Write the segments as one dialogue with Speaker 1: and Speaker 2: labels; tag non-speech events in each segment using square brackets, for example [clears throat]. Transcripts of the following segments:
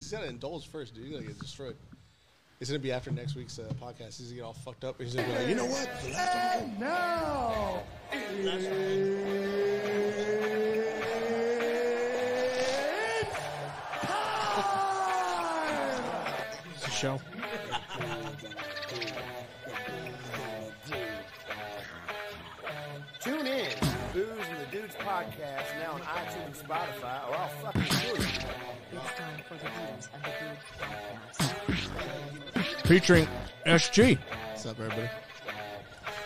Speaker 1: He's gotta indulge first, dude. He's gonna get destroyed. It's gonna be after next week's uh, podcast. He's gonna get all fucked up. He's gonna be like, you know what? The last time I
Speaker 2: And now, it's time!
Speaker 3: It's a show.
Speaker 2: Tune in to Booze and the Dudes podcast now on iTunes and Spotify, or I'll fucking kill you.
Speaker 4: It's time for the Dudes and the Dude podcast.
Speaker 3: Featuring SG.
Speaker 1: What's up, everybody?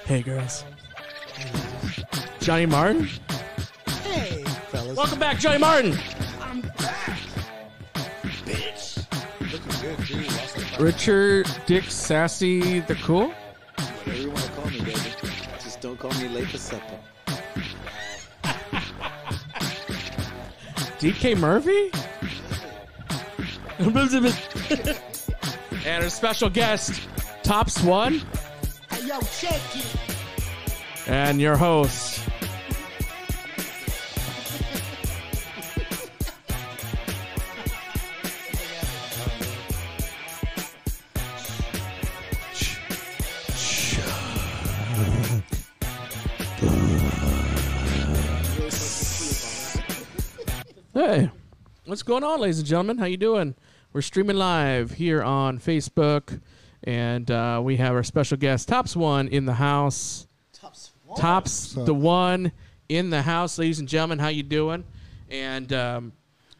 Speaker 3: Hey, girls. Johnny Martin?
Speaker 1: Hey, fellas.
Speaker 3: Welcome back, Johnny Martin.
Speaker 1: Looking good, dude. Lost like five-
Speaker 3: Richard Dick Sassy the Cool?
Speaker 5: Whatever you want to call me, baby. Just don't call me late for supper.
Speaker 3: DK Murphy? and our special guest, Tops One. And your host. Hey, what's going on, ladies and gentlemen? How you doing? We're streaming live here on Facebook, and uh, we have our special guest, Tops One, in the house. Tops the one in the house, ladies and gentlemen. How you doing? And um,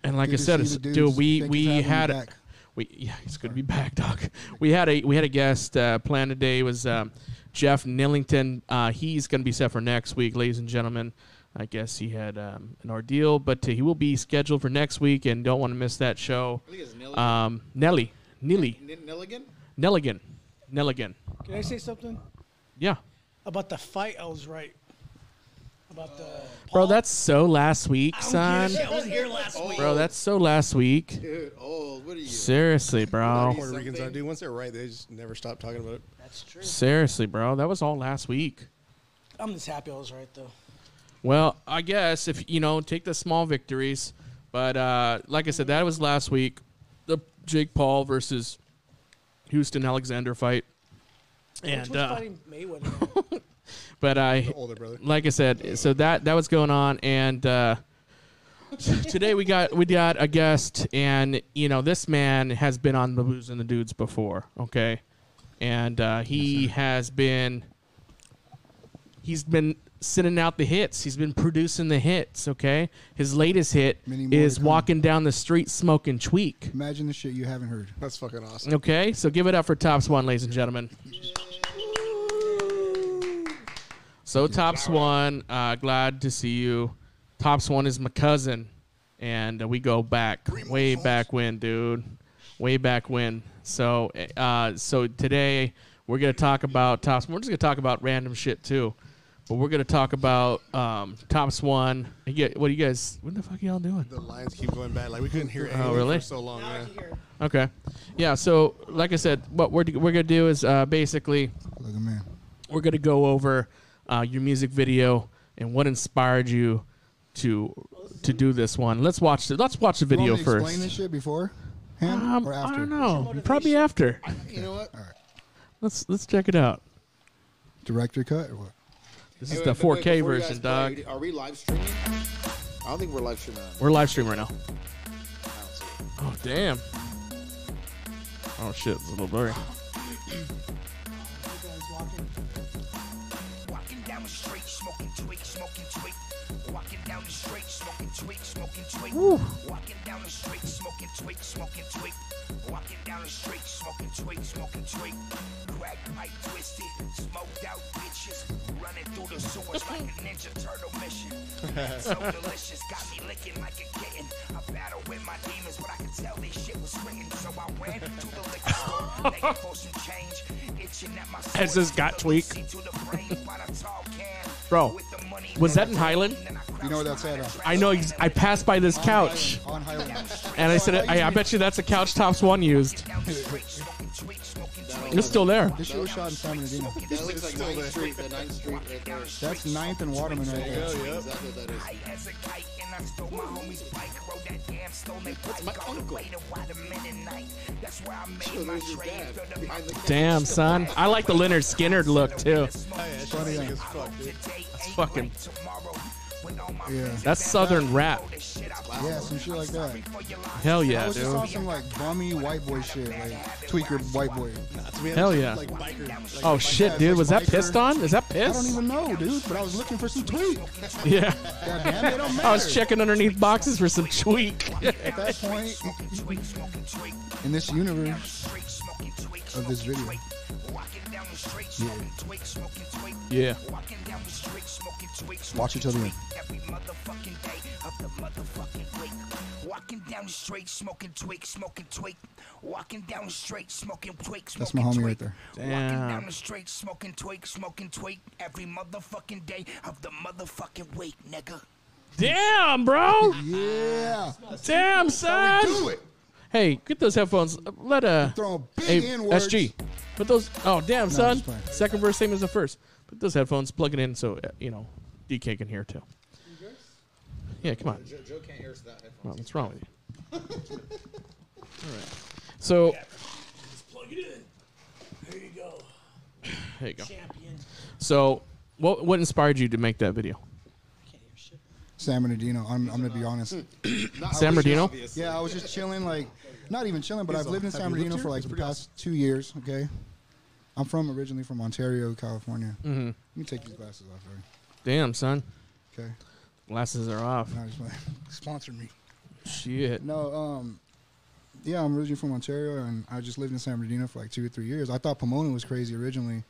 Speaker 3: and like
Speaker 6: Good
Speaker 3: I
Speaker 6: to
Speaker 3: said,
Speaker 6: see
Speaker 3: it's,
Speaker 6: the dudes.
Speaker 3: dude, we
Speaker 6: Thank you
Speaker 3: we
Speaker 6: for having me
Speaker 3: had
Speaker 6: back.
Speaker 3: we yeah, it's good to be back, Doc. We had a we had a guest uh, planned today was um, Jeff Nillington. Uh, he's going to be set for next week, ladies and gentlemen. I guess he had um, an ordeal, but uh, he will be scheduled for next week, and don't want to miss that show.
Speaker 1: I think it's Nelly.
Speaker 3: Um, Nelly, Nelly,
Speaker 1: N- Nelligan?
Speaker 3: Nelligan, Nelligan.
Speaker 7: Can I say something
Speaker 3: Yeah,
Speaker 7: about the fight? I was right about the.
Speaker 3: bro, that's so last week,
Speaker 7: I don't
Speaker 3: son.
Speaker 7: give a shit. I was here last week.
Speaker 3: Bro, that's so last week.
Speaker 1: Dude, old. What are you?
Speaker 3: Seriously, bro.
Speaker 1: Puerto Ricans are, dude. Once they're right, they just never stop talking about it.
Speaker 7: That's true.
Speaker 3: Seriously, bro. That was all last week.
Speaker 7: I'm just happy I was right though.
Speaker 3: Well, I guess if you know, take the small victories. But uh, like I said, that was last week. The Jake Paul versus Houston Alexander fight.
Speaker 7: Which
Speaker 3: And
Speaker 7: was
Speaker 3: uh,
Speaker 7: fighting [laughs] Mayweather.
Speaker 3: but I,
Speaker 1: Older brother.
Speaker 3: like I said, so that that was going on, and uh, today we got we got a guest, and you know this man has been on the Blues and the Dudes before, okay, and uh, he has been he's been sending out the hits, he's been producing the hits, okay. His latest hit
Speaker 6: Many more
Speaker 3: is
Speaker 6: to come.
Speaker 3: walking down the street smoking tweak.
Speaker 6: Imagine the shit you haven't heard.
Speaker 1: That's fucking awesome.
Speaker 3: Okay, so give it up for Tops One, ladies and gentlemen. So Tops One, uh, glad to see you. Tops One is my cousin, and uh, we go back way back when, dude, way back when. So, uh, so today we're gonna talk about Tops. We're just gonna talk about random shit too, but we're gonna talk about um, Tops One. You get- What do you guys? What the fuck are y'all doing?
Speaker 1: The lines keep going bad. Like we couldn't hear anything
Speaker 3: Oh, really?
Speaker 1: for so long. Man.
Speaker 3: Okay, yeah. So, like I said, what we're we're gonna do is uh, basically.
Speaker 6: Look at man.
Speaker 3: we're going to go over uh, your music video and what inspired you to to do this one. Let's watch the, let's watch the
Speaker 6: You
Speaker 3: video
Speaker 6: want me to Explain this
Speaker 3: first.
Speaker 6: shit before him
Speaker 3: Um,
Speaker 6: or after?
Speaker 3: I don't know. Probably after.
Speaker 1: You know what?
Speaker 3: Let's let's check it out.
Speaker 6: Director cut or what?
Speaker 3: This
Speaker 1: Hey,
Speaker 3: is
Speaker 1: wait,
Speaker 3: the
Speaker 1: wait,
Speaker 3: 4K
Speaker 1: before you
Speaker 3: version,
Speaker 1: guys play,
Speaker 3: dog.
Speaker 1: Are we live streaming?
Speaker 5: I don't think we're live streaming on
Speaker 3: We're live streaming right now.
Speaker 5: that. I don't see it.
Speaker 3: Oh damn. Oh shit, it's a little blurry.
Speaker 8: Walking down the street, smoking tweak, smoking tweak. Walking down the street, smoking tweak, smoking tweak. Walking down the street, smoking tweak, smoking tweak. Walking down the street, smoking tweak, smoking tweak. Crack pipe twisted, smoked out bitches. Running through the sewers like a Ninja Turtle
Speaker 3: [laughs]
Speaker 8: mission. so delicious, got me licking like a kitten. I battle with my demons, but I could tell this shit was written. So I ran to the
Speaker 3: [laughs]
Speaker 8: liquor store, begging for some change. Itching at my
Speaker 3: Has this got tweak? Bro,
Speaker 8: Bro, was that in Highland?
Speaker 6: You know what that's at, huh?
Speaker 3: I know ex- I passed by this couch
Speaker 6: On Highland.
Speaker 3: and I said, hey, I bet you that's a couch Tops One used.
Speaker 6: [laughs]
Speaker 3: It's still there.
Speaker 6: this shit was shot in San Bernardino.
Speaker 5: That looks like 9th Street, the 9th Street right there.
Speaker 6: That's Ninth and Waterman right there.
Speaker 5: Yeah, exactly what that is.
Speaker 8: As a kite, and I stole my homie's bike. Rode that damn stolen bike on the way to Waterman and
Speaker 9: where I made my trade. Filled up my
Speaker 3: Damn, son. I like the Leonard Skinner look too.
Speaker 1: funny as fuck, dude.
Speaker 9: day, ain't
Speaker 3: fucking-
Speaker 9: right tomorrow. When all my
Speaker 6: Yeah.
Speaker 3: That's Southern rap.
Speaker 9: this shit I
Speaker 6: Yeah, some shit like that.
Speaker 9: for your life.
Speaker 3: Hell
Speaker 6: I
Speaker 3: yeah,
Speaker 6: was just on
Speaker 3: dude.
Speaker 6: some like bummy white boy shit, like tweaker white boy.
Speaker 1: To be honest,
Speaker 3: Hell yeah.
Speaker 1: Like biker. Like,
Speaker 3: Oh shit, dude. Was that pissed on? Is that
Speaker 6: I don't
Speaker 3: piss?
Speaker 6: even know, dude, but I was looking for some tweak.
Speaker 3: Yeah.
Speaker 6: God damn it, it don't matter.
Speaker 3: I was checking underneath boxes for some tweak.
Speaker 6: [laughs] At that point, in this universe of this video,
Speaker 3: yeah.
Speaker 6: watch it till the end.
Speaker 9: Walking down the street, smoking twig, smoking twig. Walking down the street, smoking twig, smoking
Speaker 6: That's my homie right there.
Speaker 9: Walking down
Speaker 3: Damn.
Speaker 9: the street, smoking twig, smoking twig. Every motherfucking day of the motherfucking week, nigga.
Speaker 3: Damn, bro.
Speaker 6: Yeah,
Speaker 3: Damn, son.
Speaker 6: do it.
Speaker 3: Hey, get those headphones. Let uh.
Speaker 6: Throwing big
Speaker 3: Hey,
Speaker 6: N-words.
Speaker 3: SG. Put those. Oh, damn, son.
Speaker 6: it's fine.
Speaker 3: Second verse, same as the first. Put those headphones. Plug it in so uh, you know DK can hear too. Yeah, come on.
Speaker 8: Joe, Joe can't hear us without headphones.
Speaker 3: Well, what's wrong with you? [laughs] All right. So.
Speaker 7: Oh,
Speaker 3: There you go. There you go. So, what what inspired you to make that video?
Speaker 6: San Bernardino. I'm, I'm gonna be honest.
Speaker 3: San Bernardino.
Speaker 6: Yeah, I was just chilling, like not even chilling, but I've lived in
Speaker 1: have
Speaker 6: San
Speaker 1: you lived
Speaker 6: Bernardino
Speaker 1: here?
Speaker 6: for like
Speaker 1: It's
Speaker 6: the
Speaker 1: pretty
Speaker 6: past two years. Okay, I'm from originally from Ontario, California. Mm-hmm. Let me take these glasses off. Right?
Speaker 3: Damn, son.
Speaker 6: Okay,
Speaker 3: Glasses are off.
Speaker 6: No, I just wanna- [laughs] sponsor me.
Speaker 3: Shit.
Speaker 6: No, um, yeah, I'm originally from Ontario, and I just lived in San Bernardino for like two or three years. I thought Pomona was crazy originally,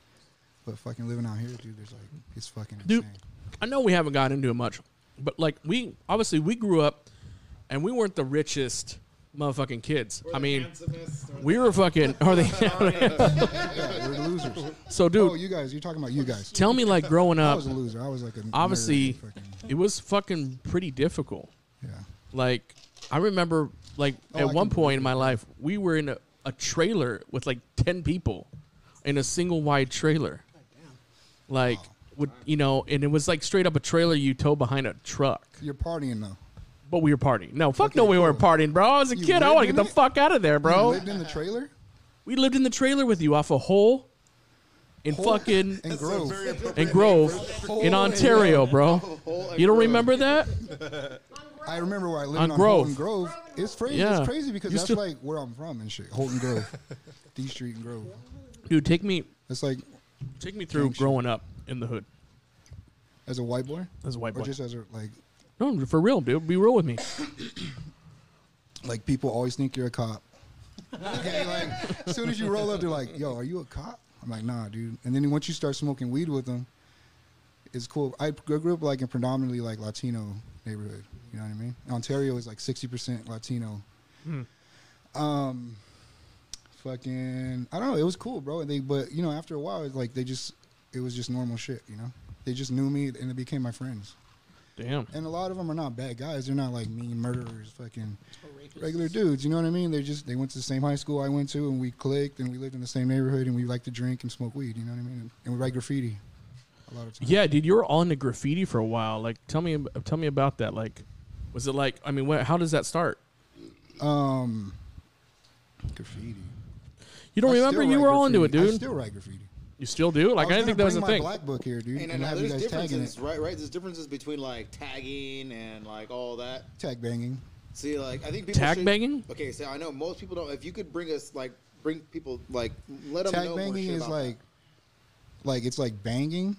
Speaker 6: but fucking living out here, dude, there's like it's fucking
Speaker 3: Dude,
Speaker 6: insane.
Speaker 3: I know we haven't got into it much, but like we obviously we grew up and we weren't the richest motherfucking kids. I mean, we were fucking. Are [laughs]
Speaker 6: [laughs]
Speaker 3: they?
Speaker 6: Yeah, we're the losers.
Speaker 3: so,
Speaker 6: Oh,
Speaker 3: dude,
Speaker 6: you guys, you're talking about you guys.
Speaker 3: tell me like growing
Speaker 6: I
Speaker 3: up,
Speaker 6: was a loser. I was like a nerd,
Speaker 3: obviously,
Speaker 6: fucking-
Speaker 3: it was fucking pretty difficult.
Speaker 6: yeah.
Speaker 3: Like I remember, like
Speaker 6: Oh, I
Speaker 3: at
Speaker 6: can
Speaker 3: one
Speaker 6: believe
Speaker 3: point in my life, we were in a, a trailer with like ten people in a single wide trailer, like with you know, and it was like straight up a trailer you tow behind a truck.
Speaker 6: You're partying though.
Speaker 3: But we were partying. No, fuck
Speaker 6: Okay,
Speaker 3: no, we
Speaker 6: cool.
Speaker 3: weren't partying, bro. I was a
Speaker 6: You
Speaker 3: kid. I
Speaker 6: lived
Speaker 3: want to
Speaker 6: in
Speaker 3: get the
Speaker 6: it?
Speaker 3: fuck out of there, bro.
Speaker 6: You lived in the trailer.
Speaker 3: we lived in the trailer with you off a hole in
Speaker 6: [laughs]
Speaker 3: fucking
Speaker 6: and Grove.
Speaker 3: in Grove in Ontario,
Speaker 6: [laughs]
Speaker 3: bro. You don't remember that?
Speaker 6: I remember where I lived
Speaker 3: On
Speaker 6: on,
Speaker 3: Uh, Grove.
Speaker 6: Holton Grove. It's crazy.
Speaker 3: Yeah.
Speaker 6: It's crazy because
Speaker 3: You
Speaker 6: that's
Speaker 3: still-
Speaker 6: like where I'm from and shit.
Speaker 3: [laughs]
Speaker 6: Holton Grove, D Street and Grove.
Speaker 3: Dude, take me
Speaker 6: It's like
Speaker 3: take me through growing up in the hood
Speaker 6: as a white boy,
Speaker 3: as a white
Speaker 6: or
Speaker 3: boy.
Speaker 6: just as a like
Speaker 3: No, for real, dude. Be real with me.
Speaker 6: like people always think you're a cop. okay, like as soon as you roll up, they're like, "Yo, are you a cop?" I'm like, "Nah, dude." And then once you start smoking weed with them, it's cool. I gr- grew up like in predominantly like Latino neighborhood. You know what I mean? Ontario is like 60% Latino. Um, fucking, I don't know. It was cool, bro. And they, but you know, after a while, it's like they just, it was just normal shit. You know, they just knew me and they became my friends.
Speaker 3: Damn.
Speaker 6: And a lot of them are not bad guys. They're not like mean murderers, fucking regular dudes. You know what I mean? They just they went to the same high school I went to, and we clicked, and we lived in the same neighborhood, and we liked to drink and smoke weed. You know what I mean? And we write graffiti. A lot of times.
Speaker 3: Yeah, dude, you were on the graffiti for a while. Like, tell me, ab- tell me about that. Like, was it like? I mean, wh- how does that start?
Speaker 6: Um, graffiti.
Speaker 3: You don't
Speaker 6: I
Speaker 3: remember?
Speaker 6: still
Speaker 3: You
Speaker 6: write
Speaker 3: were all into it,
Speaker 6: graffiti.
Speaker 3: dude.
Speaker 6: I still write graffiti.
Speaker 3: you still do? Like, I,
Speaker 6: was
Speaker 3: didn't think that
Speaker 6: gonna
Speaker 3: was a
Speaker 6: bring my
Speaker 3: thing.
Speaker 6: Black book here, dude,
Speaker 8: Hey,
Speaker 6: and,
Speaker 8: no, no,
Speaker 6: have you
Speaker 8: there's
Speaker 6: guys tagging
Speaker 8: differences,
Speaker 6: it,
Speaker 8: right? Right? There's differences between like tagging and like all that.
Speaker 6: tag banging.
Speaker 8: See, like I think people
Speaker 3: Tag
Speaker 8: should-
Speaker 3: banging?
Speaker 8: Okay, so I know most people don't. If you could bring us like bring people like let them
Speaker 6: Tag
Speaker 8: know more
Speaker 6: banging
Speaker 8: shit
Speaker 6: is
Speaker 8: about that.
Speaker 6: like, like it's like banging,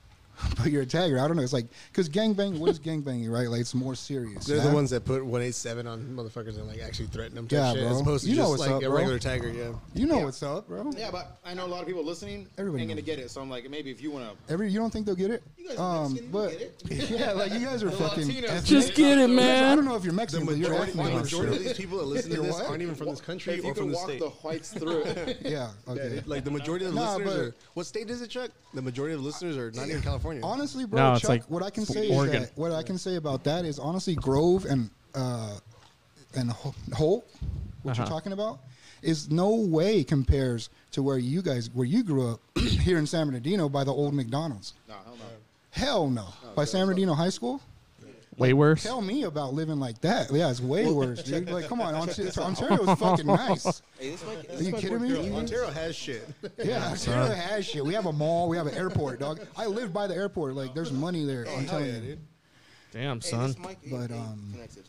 Speaker 6: [laughs] but you're a tagger. I don't know. It's like because gang banging. What is gang banging? Right? Like it's more serious.
Speaker 1: They're the
Speaker 6: Nah?
Speaker 1: ones that put 187 on motherfuckers and like actually threaten them to
Speaker 6: Yeah,
Speaker 1: shit
Speaker 6: bro.
Speaker 1: as opposed to
Speaker 6: You know
Speaker 1: just
Speaker 6: what's
Speaker 1: like
Speaker 6: up,
Speaker 1: a
Speaker 6: bro.
Speaker 1: regular tagger. Yeah.
Speaker 6: You know
Speaker 8: Yeah.
Speaker 6: what's up, bro.
Speaker 8: Yeah, but I know a lot of people listening
Speaker 6: Everybody
Speaker 8: ain't gonna
Speaker 6: knows.
Speaker 8: get it. So I'm like, maybe if you wanna,
Speaker 6: Every you don't think they'll get it? Um,
Speaker 8: You guys are Mexican, you
Speaker 6: but [laughs] yeah, like you guys are fucking.
Speaker 8: Latinos.
Speaker 6: ethnic.
Speaker 3: Just get it,
Speaker 6: I don't
Speaker 3: man.
Speaker 6: know if you're
Speaker 1: The
Speaker 6: Mexican, but you're
Speaker 1: majority,
Speaker 6: ethnic.
Speaker 1: the
Speaker 6: I'm
Speaker 1: majority
Speaker 6: sure.
Speaker 1: of these people that listen to
Speaker 6: You're
Speaker 1: this
Speaker 6: what?
Speaker 1: aren't even from this country
Speaker 8: if you
Speaker 1: or from
Speaker 8: could
Speaker 1: the
Speaker 8: walk
Speaker 1: state.
Speaker 8: the whites through,
Speaker 6: Yeah.
Speaker 1: Yeah,
Speaker 6: Okay.
Speaker 1: it- like the majority of the
Speaker 6: [laughs] Nah,
Speaker 1: listeners
Speaker 6: but-
Speaker 1: are. What state is it, Chuck? The majority of the listeners are not even California.
Speaker 6: Honestly, bro,
Speaker 3: No, it's
Speaker 6: Chuck,
Speaker 3: like
Speaker 6: what I can
Speaker 3: from
Speaker 6: say
Speaker 3: Oregon.
Speaker 6: is that what I can say about that is honestly Grove and uh, and Ho- Holt, what you're
Speaker 3: Uh-huh.
Speaker 6: talking about, is no way compares to where you guys where you grew up [clears throat] here in San Bernardino by the old McDonald's.
Speaker 8: no, hell no.
Speaker 6: Hell no. by San Bernardino High School.
Speaker 3: Way worse.
Speaker 6: Tell me about living like that. Yeah, it's way worse, dude. Like,
Speaker 1: [laughs]
Speaker 6: come on, Ont- Ontario's fucking nice.
Speaker 10: Hey, this might,
Speaker 6: Are you kidding me?
Speaker 1: Ontario has
Speaker 6: [laughs]
Speaker 1: shit.
Speaker 6: Yeah, Ontario has shit. We have a mall. We have an airport, dog. I live by the airport. Like, there's money there. I'm
Speaker 1: Oh, Hell
Speaker 6: telling
Speaker 1: yeah,
Speaker 6: you.
Speaker 1: dude.
Speaker 3: Damn, son.
Speaker 10: might
Speaker 6: But, um,
Speaker 10: connected.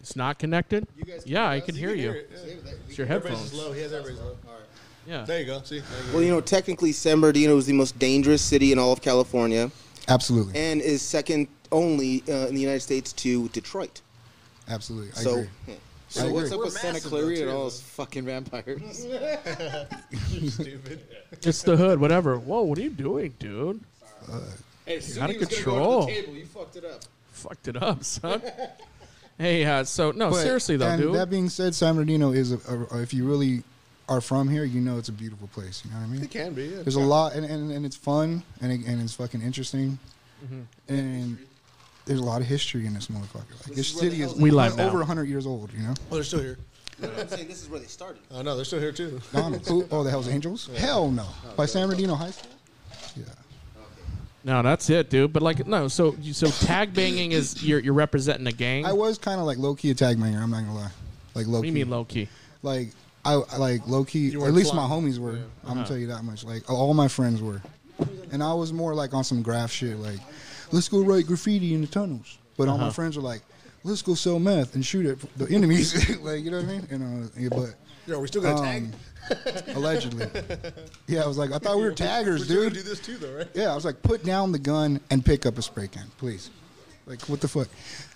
Speaker 3: It's not connected?
Speaker 10: You guys can
Speaker 3: Yeah,
Speaker 10: hear
Speaker 3: I
Speaker 10: us?
Speaker 3: can
Speaker 10: You
Speaker 3: hear
Speaker 1: can
Speaker 3: you.
Speaker 1: hear it, yeah.
Speaker 3: It's your
Speaker 1: Everybody's is
Speaker 3: headphones.
Speaker 1: low. He has everybody's low.
Speaker 3: Yeah.
Speaker 1: There you go. See. There you go.
Speaker 8: Well, you know, technically, San Bernardino is the most dangerous city in all of California,
Speaker 6: Absolutely.
Speaker 8: and is second only uh, in the United States to Detroit.
Speaker 6: Absolutely. I
Speaker 8: so,
Speaker 6: agree.
Speaker 8: yeah.
Speaker 10: So
Speaker 6: I
Speaker 10: what's
Speaker 6: agree.
Speaker 10: up
Speaker 1: We're
Speaker 10: with Santa
Speaker 1: massive,
Speaker 10: Clarita
Speaker 1: though,
Speaker 10: and
Speaker 1: too.
Speaker 10: all those fucking vampires?
Speaker 1: Stupid.
Speaker 3: It's the hood, whatever. Whoa, what are you doing, dude?
Speaker 10: hey,
Speaker 3: out
Speaker 10: Sunny
Speaker 3: of
Speaker 10: was gonna
Speaker 3: control.
Speaker 10: Go to the table. You fucked it up.
Speaker 3: Fucked it up,
Speaker 6: [laughs]
Speaker 3: son. hey, uh, so, no,
Speaker 6: But-
Speaker 3: seriously, though,
Speaker 6: and
Speaker 3: dude.
Speaker 6: That being said, San Bernardino is, a, a, if you really are from here, you know it's a beautiful place. You know what I mean?
Speaker 1: It can be. Yeah.
Speaker 6: There's a lot, and, and, and it's fun, and it, and it's fucking interesting, and there's a lot of history in this motherfucker. Like this
Speaker 10: is where
Speaker 6: city
Speaker 10: the
Speaker 6: is
Speaker 10: hell's
Speaker 3: We live
Speaker 6: over
Speaker 3: now.
Speaker 6: hundred years old. You know,
Speaker 1: Oh, they're still here.
Speaker 10: I'm saying this is where they started.
Speaker 1: Oh no, they're still here too. [laughs]
Speaker 6: Gone. Who- oh the Hell's Angels? Hell no. By San Bernardino High School. Yeah.
Speaker 3: No, that's it, dude. But, like, no, so you- so tag banging is you're, you're representing a gang?
Speaker 6: I was kind of like low key a tag banger. I'm not gonna lie, like low
Speaker 3: what do you
Speaker 6: key.
Speaker 3: mean low key?
Speaker 6: Like I I, like low key.
Speaker 1: You
Speaker 6: Or
Speaker 1: weren't
Speaker 6: at least my
Speaker 1: flying. Uh-huh.
Speaker 6: homies were. I'm gonna tell you that much. Like all my friends were, and I was more like on some graph shit. Like, let's go write graffiti in the tunnels. But
Speaker 1: Uh-huh.
Speaker 6: all my friends were like, let's go sell meth and shoot at the enemies. [laughs] like you know what I mean? And uh, yeah, but.
Speaker 1: Yo, we still got to tag.
Speaker 6: um, allegedly,
Speaker 1: [laughs]
Speaker 6: yeah. I was like, I thought we were taggers,
Speaker 1: We're still gonna
Speaker 6: dude.
Speaker 1: do this too, though, right?
Speaker 6: Yeah, I was like, put down the gun and pick up a spray can, please. Like, what the fuck?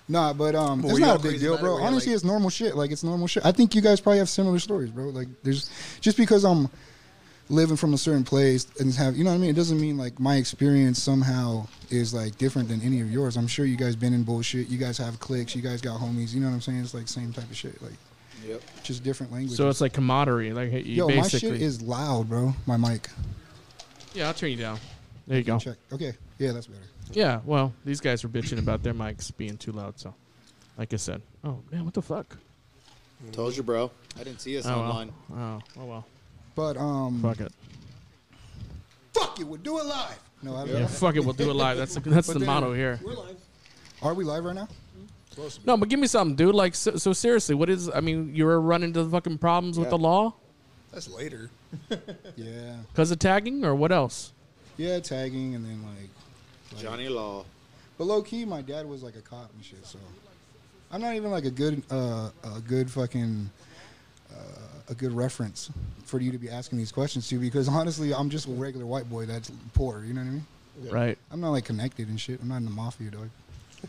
Speaker 6: Nah, but um,
Speaker 1: But
Speaker 6: it's
Speaker 1: were you
Speaker 6: not
Speaker 1: all
Speaker 6: a big
Speaker 1: crazy
Speaker 6: deal,
Speaker 1: about it?
Speaker 6: bro.
Speaker 1: Were you
Speaker 6: Honestly,
Speaker 1: like-
Speaker 6: it's normal shit. Like, it's normal shit. I think you guys probably have similar stories, bro. Like, there's just because I'm living from a certain place and have, you know what I mean? It doesn't mean like my experience somehow is like different than any of yours. I'm sure you guys been in bullshit. You guys have cliques. You guys got homies. You know what I'm saying? It's like same type of shit. Like,
Speaker 10: Yep.
Speaker 6: just different languages.
Speaker 3: So it's like camaraderie. Like, you
Speaker 6: Yo, my
Speaker 3: basically.
Speaker 6: shit is loud, bro. My mic.
Speaker 3: yeah, I'll turn you down. There you go.
Speaker 6: Check. Okay. Yeah, that's better.
Speaker 3: Yeah, well, these guys were bitching about their mics being too loud, so like I said. Oh man, what the fuck?
Speaker 10: Told you, bro. I didn't see us
Speaker 3: Oh well.
Speaker 10: online.
Speaker 3: Oh, oh well.
Speaker 6: But um,
Speaker 3: Fuck it.
Speaker 6: fuck it, we'll do it live. No, I don't.
Speaker 3: Yeah, fuck it. We'll do it live. That's
Speaker 6: [laughs]
Speaker 3: that's the motto here.
Speaker 6: Are we live right now?
Speaker 3: No, but give me something, dude. Like, so, so seriously, what is? I mean, you were running into fucking problems with the law
Speaker 1: That's later.
Speaker 6: Yeah.
Speaker 3: because of tagging, or what else?
Speaker 6: Yeah, tagging and then like,
Speaker 10: Johnny Law.
Speaker 6: but low key, my dad was like a cop and shit. So I'm not even like a good, uh, a good fucking, uh, a good reference for you to be asking these questions to because honestly, I'm just a regular white boy that's poor. You know what I mean?
Speaker 3: Right.
Speaker 6: I'm not like connected and shit. I'm not in the mafia, dog.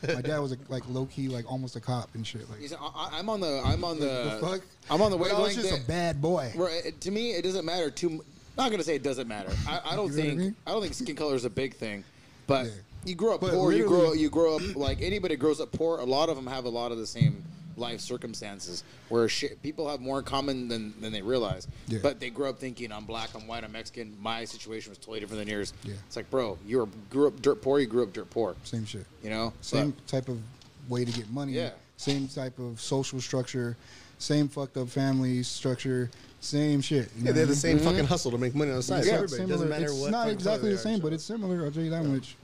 Speaker 6: My dad was like low key, like almost a cop and shit. Like,
Speaker 10: He's- I- I, I'm on the. I'm on the.
Speaker 6: fuck?
Speaker 10: I'm on the
Speaker 6: but I was
Speaker 10: wavelength.
Speaker 6: just a
Speaker 10: that-
Speaker 6: bad boy.
Speaker 10: where it- To me, it doesn't matter too. m- Not gonna say it doesn't matter. I,
Speaker 6: You
Speaker 10: I don't
Speaker 6: know what I
Speaker 10: think. I,
Speaker 6: mean?
Speaker 10: don't think skin color is a big thing, but
Speaker 6: Yeah.
Speaker 10: you grow up
Speaker 6: But
Speaker 10: poor. You grow.
Speaker 6: literally-
Speaker 10: You grow up like anybody grows up poor. A lot of them have a lot of the same life circumstances where shit, people have more in common than, than they realize.
Speaker 6: Yeah.
Speaker 10: But they grow up thinking I'm black, I'm white, I'm Mexican. My situation was totally different than yours.
Speaker 6: Yeah.
Speaker 10: It's like, bro, you were, grew up dirt poor. You grew up dirt poor.
Speaker 6: Same shit.
Speaker 10: You know.
Speaker 6: same
Speaker 10: But-
Speaker 6: type of way to get money,
Speaker 10: Yeah.
Speaker 6: same type of social structure, same fucked up family structure, same shit. you know
Speaker 1: Yeah, they have
Speaker 6: what
Speaker 1: the
Speaker 6: I mean?
Speaker 10: Mm-hmm.
Speaker 1: same fucking hustle to make money on the side.
Speaker 6: Yeah,
Speaker 1: Yeah,
Speaker 6: it's
Speaker 1: everybody. Doesn't
Speaker 6: similar.
Speaker 1: matter
Speaker 6: it's
Speaker 1: what.
Speaker 6: not
Speaker 1: fucking color
Speaker 6: exactly
Speaker 1: they
Speaker 6: the
Speaker 1: are,
Speaker 6: same,
Speaker 1: so.
Speaker 6: but it's similar. I'll tell you that much.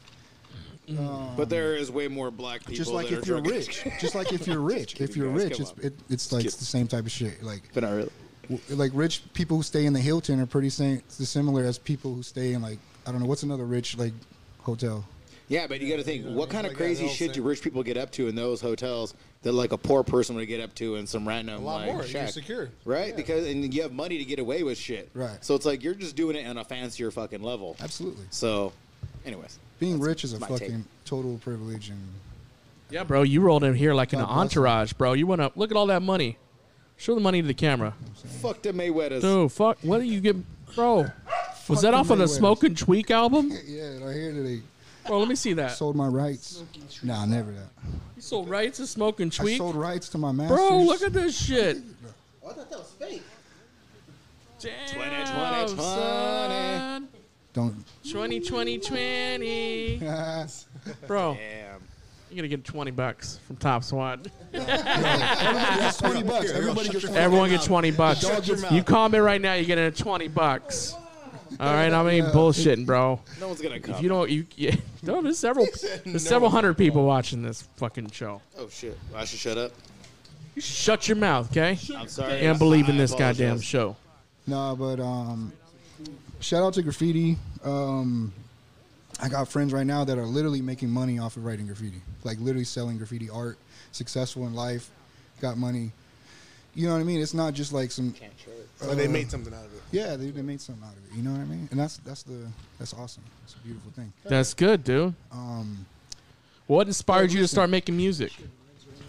Speaker 1: Um,
Speaker 10: But there is way more black people.
Speaker 6: Just like
Speaker 10: that
Speaker 6: if
Speaker 10: are
Speaker 6: you're
Speaker 10: drug-
Speaker 6: rich, just like if
Speaker 10: [laughs]
Speaker 6: you're rich, if
Speaker 10: kidding,
Speaker 6: you're
Speaker 10: guys,
Speaker 6: rich,
Speaker 10: come
Speaker 6: it's
Speaker 10: on.
Speaker 6: it, it's like the same type of shit. Like
Speaker 10: but not really.
Speaker 6: w- like rich people who stay in the Hilton are pretty same similar as people who stay in like I don't know what's another rich like hotel.
Speaker 10: Yeah, but you got to think, what kind of
Speaker 1: Like that
Speaker 10: crazy
Speaker 1: whole
Speaker 10: shit do
Speaker 1: thing.
Speaker 10: rich people get up to in those hotels that like a poor person would get up to in some random
Speaker 1: A lot
Speaker 10: like
Speaker 1: more. You're
Speaker 10: shack?
Speaker 1: secure.
Speaker 10: right? Because and you have money to get away with shit,
Speaker 6: Right.
Speaker 10: So it's like you're just doing it on a fancier fucking level.
Speaker 6: Absolutely,
Speaker 10: So, anyways,
Speaker 6: being rich is a
Speaker 10: my take.
Speaker 6: fucking total privilege and
Speaker 3: Yeah, bro. You rolled in here like an
Speaker 6: God bless 'em.
Speaker 3: entourage, bro. You went up. Look at all that money. Show the money to the camera.
Speaker 10: fuck the Mayweathers.
Speaker 3: Dude, fuck. What do you get, bro? Was that
Speaker 6: Fucking
Speaker 3: off of the
Speaker 6: Mayweathers.
Speaker 3: Smoking Tweak album?
Speaker 6: yeah. Right here today.
Speaker 3: Bro, let me see that.
Speaker 6: sold my rights. Nah, never that.
Speaker 3: You sold rights to Smoking
Speaker 6: I
Speaker 3: Tweak.
Speaker 6: sold rights to my masters.
Speaker 3: Bro, look at this shit.
Speaker 10: Oh, I thought that was fake.
Speaker 3: Damn,
Speaker 10: 20, 20.
Speaker 3: son.
Speaker 6: Don't.
Speaker 3: 20, 20, 20.
Speaker 6: Everybody
Speaker 3: Bro,
Speaker 10: Damn.
Speaker 3: you're going to get 20 bucks from Top Squad.
Speaker 6: gets twenty bucks. Everybody gets. 20.
Speaker 3: Everyone get 20 bucks.
Speaker 1: Shut your mouth.
Speaker 3: You comment right now, you're getting a 20 bucks. All right, I mean bullshitting, bro.
Speaker 10: No one's gonna come.
Speaker 3: If you don't, you yeah, [laughs] no, there's several, there's several hundred people watching this fucking show.
Speaker 10: oh shit! I should shut up.
Speaker 3: You shut your mouth, okay?
Speaker 10: I'm sorry.
Speaker 3: And believe in this
Speaker 10: I
Speaker 3: goddamn
Speaker 10: apologize.
Speaker 3: show.
Speaker 6: Nah, but um, shout out to graffiti. Um, I got friends right now that are literally making money off of writing graffiti, like literally selling graffiti art, successful in life, got money. You know what I mean? It's not just like some.
Speaker 1: But Oh, they made something out of it.
Speaker 6: Yeah, they, they made something out of it. You know what I mean? And that's that's the that's awesome. It's a beautiful thing.
Speaker 3: That's good, dude.
Speaker 6: Um,
Speaker 3: What inspired you to start making music?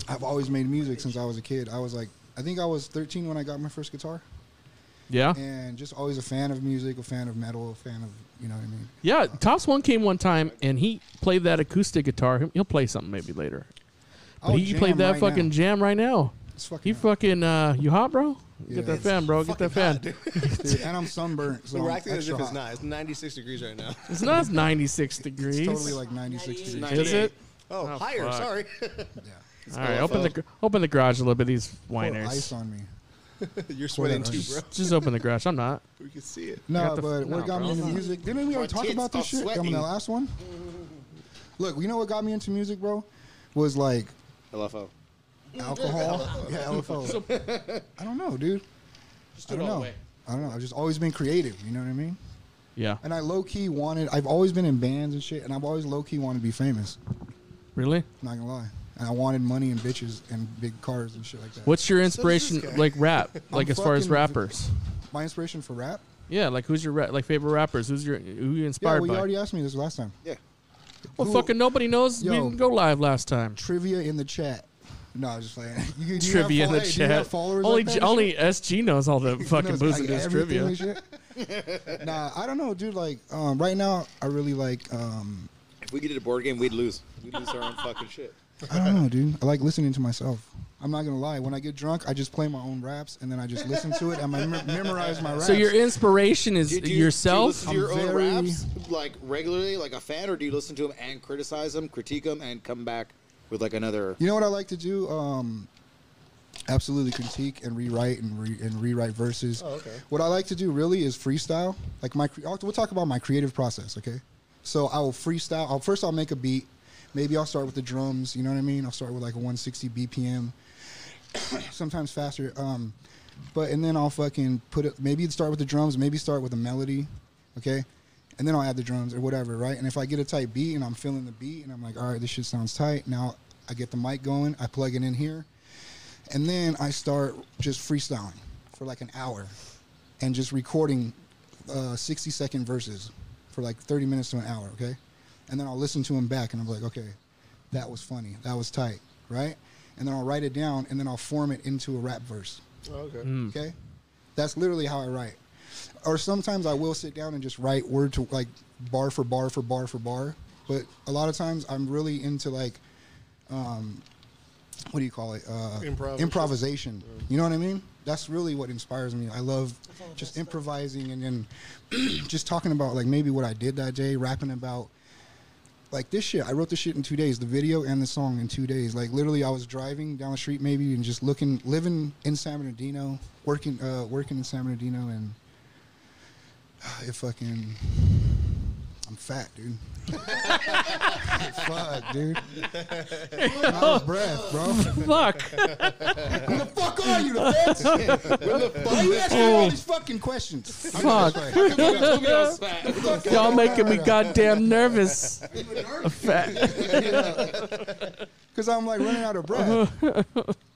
Speaker 6: I've always made music since I was a kid. I was like, I think I was 13 when I got my first guitar,
Speaker 3: Yeah,
Speaker 6: and just always a fan of music, a fan of metal, a fan of you know what I mean.
Speaker 3: yeah. Tops one came one time and he played that acoustic guitar. He'll- He'll play something maybe later. But
Speaker 6: I'll
Speaker 3: he
Speaker 6: jam
Speaker 3: played that
Speaker 6: right now.
Speaker 3: fucking jam right now.
Speaker 6: It's fucking
Speaker 3: He
Speaker 6: hot.
Speaker 3: fucking uh, you hot, bro?
Speaker 6: Yeah.
Speaker 3: Get that
Speaker 6: It's
Speaker 3: fan, bro. Get that fan.
Speaker 6: Dude, and I'm sunburnt. So
Speaker 1: So [laughs] we're
Speaker 6: I'm
Speaker 1: acting as
Speaker 6: extra
Speaker 1: if it's
Speaker 6: hot.
Speaker 1: not. It's 96 degrees right now.
Speaker 3: It's
Speaker 6: [laughs]
Speaker 3: not 96 degrees.
Speaker 6: It's totally like 96 degrees.
Speaker 3: is it?
Speaker 1: Oh, higher.
Speaker 3: fuck.
Speaker 1: Sorry. [laughs]
Speaker 3: All right, open the gr- open the garage a little bit. These
Speaker 6: Pour ice
Speaker 3: whiners.
Speaker 6: on me.
Speaker 1: You're sweating too, bro.
Speaker 3: Just open the garage. I'm not.
Speaker 1: We can see it.
Speaker 6: No,
Speaker 3: got the-
Speaker 6: but
Speaker 3: no,
Speaker 6: what got
Speaker 3: bro.
Speaker 6: me into music? Didn't we
Speaker 10: My
Speaker 6: already talk
Speaker 10: tits
Speaker 6: about this
Speaker 10: stop
Speaker 6: shit? I mean,
Speaker 10: sweating.
Speaker 6: the last one. Look, you know what got me into music, bro? Was like
Speaker 10: LFO.
Speaker 1: Mm-hmm.
Speaker 6: alcohol.
Speaker 1: [laughs]
Speaker 6: yeah, LFO. I don't know, dude. I don't know. I don't know. I've just always been creative. You know what I mean?
Speaker 3: Yeah.
Speaker 6: And I low key wanted. I've always been in bands and shit, and I've always low key wanted to be famous.
Speaker 3: Really?
Speaker 6: Not gonna lie. And I wanted money and bitches and big cars and shit like that.
Speaker 3: What's your inspiration, like
Speaker 6: [laughs]
Speaker 3: rap, like as far as
Speaker 6: fucking-
Speaker 3: rappers?
Speaker 6: my inspiration for rap?
Speaker 3: Yeah, like who's your ra- like favorite rappers? Who's your who you
Speaker 6: Yeah,
Speaker 3: inspired
Speaker 6: well, you
Speaker 3: by?
Speaker 6: already asked me this last time.
Speaker 10: Yeah.
Speaker 3: well,
Speaker 6: Who-
Speaker 3: fucking nobody knows. we
Speaker 6: Yo.
Speaker 3: didn't go live last time.
Speaker 6: trivia in the chat. No, I was just playing. [laughs] You, do you have
Speaker 3: trivia in
Speaker 6: fol-
Speaker 3: the
Speaker 6: hey, do you have
Speaker 3: chat.
Speaker 6: followers
Speaker 3: Only
Speaker 6: like that
Speaker 3: G-
Speaker 6: and
Speaker 3: only SG knows all
Speaker 6: [laughs]
Speaker 3: the
Speaker 6: shit?
Speaker 3: fucking
Speaker 6: Knows,
Speaker 3: booze
Speaker 6: like,
Speaker 3: and his
Speaker 6: everything
Speaker 3: trivia.
Speaker 6: and shit? nah, I don't know, dude. Like um, right now, I really like. Um,
Speaker 10: If we get a board game, we'd lose. We'd lose our own fucking shit.
Speaker 6: I don't know, dude. I like listening to myself. I'm not gonna lie. When I get drunk, I just play my own raps and then I just listen to it and I mem- memorize my raps.
Speaker 3: So your inspiration is
Speaker 10: Did you,
Speaker 3: yourself.
Speaker 10: Do you listen to your
Speaker 6: I'm
Speaker 10: own
Speaker 6: very-
Speaker 10: raps like regularly, like a fan, or do you listen to them and criticize them, critique them, and come back with like another?
Speaker 6: You know what I like to do? Um, absolutely critique and rewrite and, re- and rewrite verses. okay. What I like to do really is freestyle. Like my, cre- I'll- we'll talk about my creative process. Okay, so I will freestyle. I'll first I'll make a beat. Maybe I'll start with the drums. You know what I mean? I'll start with like a 160 BPM, [coughs] sometimes faster. Um, but and then I'll fucking put it. Maybe start with the drums. Maybe start with a melody. Okay. And then I'll add the drums or whatever, right? And if I get a tight beat and I'm feeling the beat and I'm like, all right, this shit sounds tight. Now I get the mic going. I plug it in here and then I start just freestyling for like an hour and just recording uh, 60 second verses for like 30 minutes to an hour, okay? And then I'll listen to them back and I'm like, okay, that was funny, that was tight, right? And then I'll write it down and then I'll form it into a rap verse,
Speaker 1: okay.
Speaker 6: Oh, okay? That's literally how I write. Or sometimes I will sit down and just write word to like bar for bar for bar for bar. But a lot of times I'm really into like, um, what do you call it? Uh,
Speaker 1: Improvisation.
Speaker 6: improvisation. You know what I mean? That's really what inspires me. I love just improvising and then [clears throat] just talking about like maybe what I did that day, rapping about like this shit. I wrote this shit in two days, the video and the song in two days. Like literally, I was driving down the street maybe and just looking, living in San Bernardino, working, uh, working in San Bernardino, and [sighs] it fucking. I'm fat, dude. [laughs] Fuck, dude. Out of breath, bro. [laughs]
Speaker 3: Fuck.
Speaker 6: Who the fuck are you, the feds? Why are you asking me all these fucking
Speaker 3: [laughs]
Speaker 6: questions?
Speaker 3: Fuck.
Speaker 6: [laughs]
Speaker 3: Y'all making me goddamn nervous.
Speaker 6: Because I'm like running out of breath.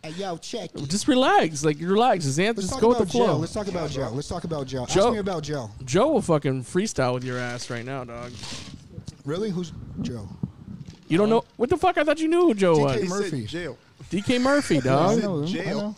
Speaker 6: hey, yo, check.
Speaker 3: Just relax. Like relax. Just,
Speaker 6: Let's
Speaker 3: just
Speaker 6: talk
Speaker 3: go with
Speaker 6: about
Speaker 3: the flow.
Speaker 6: gel. Let's talk about gel. Let's talk about gel.
Speaker 3: Joe-
Speaker 6: Ask me about gel.
Speaker 3: Joe will fucking freestyle with your ass right now, dog.
Speaker 6: Really? Who's Joe?
Speaker 3: You
Speaker 6: Uh-huh.
Speaker 3: don't know what the fuck? I thought you knew who Joe
Speaker 6: DK
Speaker 3: was.
Speaker 6: Murphy.
Speaker 1: Jail.
Speaker 3: DK Murphy,
Speaker 6: I
Speaker 3: dog.
Speaker 6: [laughs] know him. I
Speaker 1: Jail.
Speaker 6: know.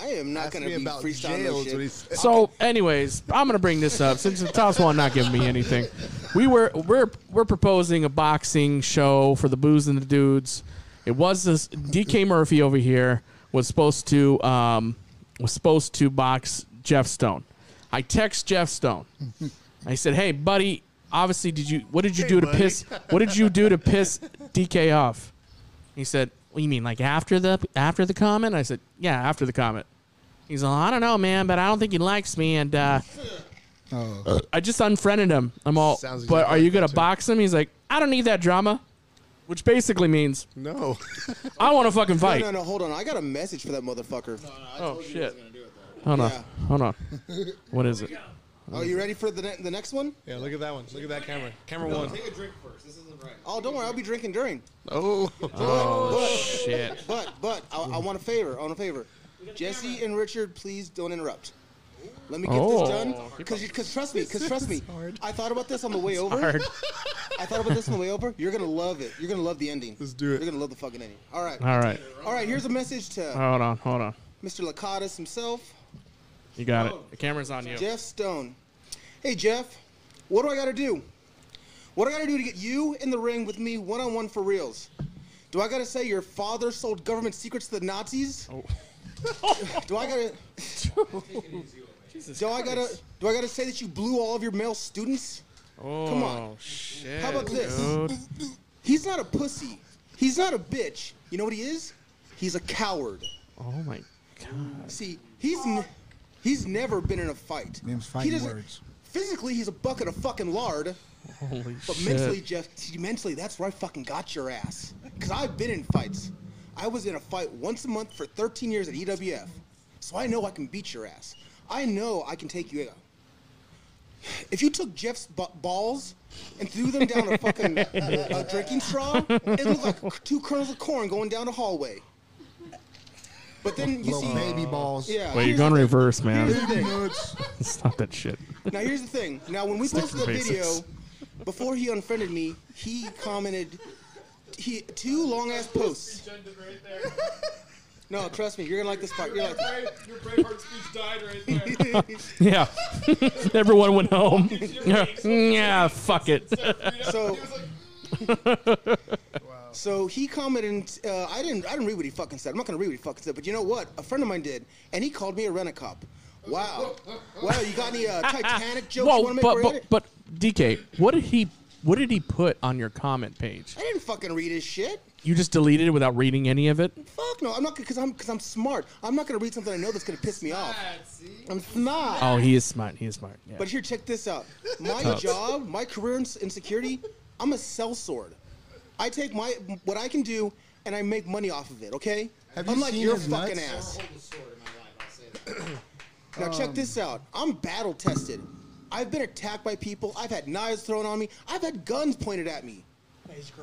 Speaker 10: I, I am not
Speaker 1: Ask
Speaker 10: going
Speaker 1: me
Speaker 10: to be
Speaker 1: about
Speaker 10: freestyling
Speaker 1: jail.
Speaker 10: this
Speaker 1: is what he
Speaker 10: shit.
Speaker 1: said.
Speaker 3: So, anyways, I'm gonna bring this up since the top one not giving me anything. We were we're we're proposing a boxing show for the booze and the dudes. It was this DK Murphy over here was supposed to um was supposed to box Jeff Stone. I text Jeff Stone. I said, "Hey, buddy, obviously, did you what did you do to
Speaker 1: buddy."
Speaker 3: piss? What did you do to piss DK off?" He said, "What do you mean, like after the after the comment?" I said, "Yeah, after the comment." He's all, I don't know, man, but I don't think he likes me, and uh,
Speaker 6: Oh,
Speaker 3: I just unfriended him. I'm all,
Speaker 1: Sounds exactly
Speaker 3: but are you
Speaker 1: like
Speaker 3: gonna
Speaker 1: that, too."
Speaker 3: box him? He's like, I don't need that drama, which basically means
Speaker 1: No.
Speaker 3: I want to fucking fight.
Speaker 8: No, no, no, hold on. I got a message for that motherfucker.
Speaker 3: Oh shit! Hold on, hold on. What is
Speaker 8: [laughs]
Speaker 3: it?
Speaker 8: Are Oh, you ready for the, ne- the next one?
Speaker 1: yeah, look at that one. Look at that camera. Camera one.
Speaker 10: Take a drink first. This isn't right.
Speaker 8: Oh, don't worry. I'll be drinking during.
Speaker 1: Oh.
Speaker 3: Shit.
Speaker 8: But, but, I, I want a favor. I want a favor. Jesse and Richard, please don't interrupt. Let me get
Speaker 3: Oh.
Speaker 8: this done. Because trust me, because trust me. I thought about this on the way over.
Speaker 3: Hard.
Speaker 8: I thought about this on the way over. You're going to love it. You're going to love the ending.
Speaker 1: Let's do it.
Speaker 8: You're going to love the fucking ending. All right.
Speaker 3: All right.
Speaker 8: All right, here's a message to
Speaker 3: Hold on, hold on.
Speaker 8: Mr. Lakatos himself,
Speaker 3: You got it. The camera's on you.
Speaker 8: Jeff Stone. Hey, Jeff, what do I got to do? What do I got to do to get you in the ring with me one on one for reals? Do I got to say your father sold government secrets to the Nazis?
Speaker 10: Oh.
Speaker 8: [laughs] do I got to. Do I gotta do I gotta say that you blew all of your male students?
Speaker 3: Oh,
Speaker 8: Come on.
Speaker 3: shit.
Speaker 8: How about this?
Speaker 3: dude.
Speaker 8: He's not a pussy. He's not a bitch. You know what he is? He's a coward.
Speaker 3: Oh my god.
Speaker 8: See, he's n- he's never been in a fight.
Speaker 6: Them's
Speaker 8: he
Speaker 6: fighting
Speaker 8: doesn't-
Speaker 6: words.
Speaker 8: Physically, he's a bucket of fucking lard,
Speaker 3: Holy
Speaker 8: but
Speaker 3: shit.
Speaker 8: mentally, Jeff, see, mentally, that's where I fucking got your ass. Cause I've been in fights. I was in a fight once a month for 13 years at EWF, so I know I can beat your ass. I know I can take you out. If you took Jeff's b- balls and threw them down a fucking a drinking straw, it looked like two kernels of corn going down a hallway. But then you
Speaker 6: little
Speaker 8: see,
Speaker 6: baby balls.
Speaker 8: yeah.
Speaker 3: Wait, you're
Speaker 8: here's
Speaker 3: going
Speaker 8: the-
Speaker 3: reverse,
Speaker 8: here's
Speaker 3: man.
Speaker 6: [laughs]
Speaker 8: the thing.
Speaker 3: Stop that shit.
Speaker 8: Now here's the thing. Now when we
Speaker 3: Stick
Speaker 8: posted
Speaker 3: to
Speaker 8: the video,
Speaker 3: basics.
Speaker 8: before he unfriended me, he commented he two long ass posts. No, trust me, you're gonna like this part. You're like
Speaker 10: [laughs]
Speaker 11: Your Braveheart speech died right there.
Speaker 3: Yeah. [laughs] Everyone went home. yeah, yeah, fuck it.
Speaker 8: so. So he commented. Uh, I didn't. I didn't read what he fucking said. I'm not gonna read what he fucking said. But you know what? A friend of mine did, and he called me a rent a cop. Wow. Wow. You got
Speaker 3: [laughs]
Speaker 8: any uh, Titanic jokes you
Speaker 3: Whoa,
Speaker 8: want to make?
Speaker 3: but,
Speaker 8: right
Speaker 3: but, but, DK, what did he. What did he put on your comment page?
Speaker 8: I didn't fucking read his shit.
Speaker 3: You just deleted it without reading any of it?
Speaker 8: Fuck no, I'm not because I'm because I'm smart. I'm not gonna read something I know that's gonna piss me off. I'm smart.
Speaker 3: Oh, he is smart. He is smart. Yeah.
Speaker 8: But here, check this out. My job, my career in, in security, I'm a sell sword. I take my what I can do and I make money off of it. Okay?
Speaker 6: Have you
Speaker 8: Unlike
Speaker 6: seen
Speaker 8: your
Speaker 6: his
Speaker 8: fucking
Speaker 6: nuts?
Speaker 8: ass. [clears throat] Now check this out. I'm battle tested. I've been attacked by people. I've had knives thrown on me. I've had guns pointed at me.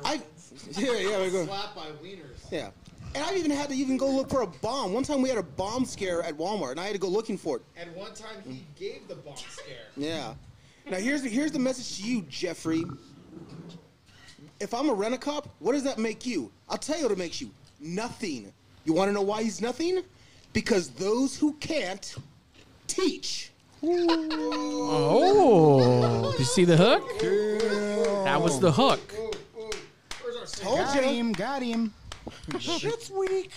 Speaker 8: I [laughs] yeah yeah we go.
Speaker 10: Slap by wieners.
Speaker 8: Yeah. And I even had to even go look for a bomb. One time we had a bomb scare at Walmart, and I had to go looking for it.
Speaker 10: And one time he gave the bomb scare.
Speaker 8: Yeah. Now here's the, here's the message to you, Jeffrey. If I'm a rent a cop, what does that make you? I'll tell you what it makes you. Nothing. You want to know why he's nothing? Because those who can't teach.
Speaker 3: Oh, did you see the hook? That was the hook.
Speaker 8: Told
Speaker 6: Got
Speaker 8: you.
Speaker 6: him. Got him.
Speaker 8: Shit's weak.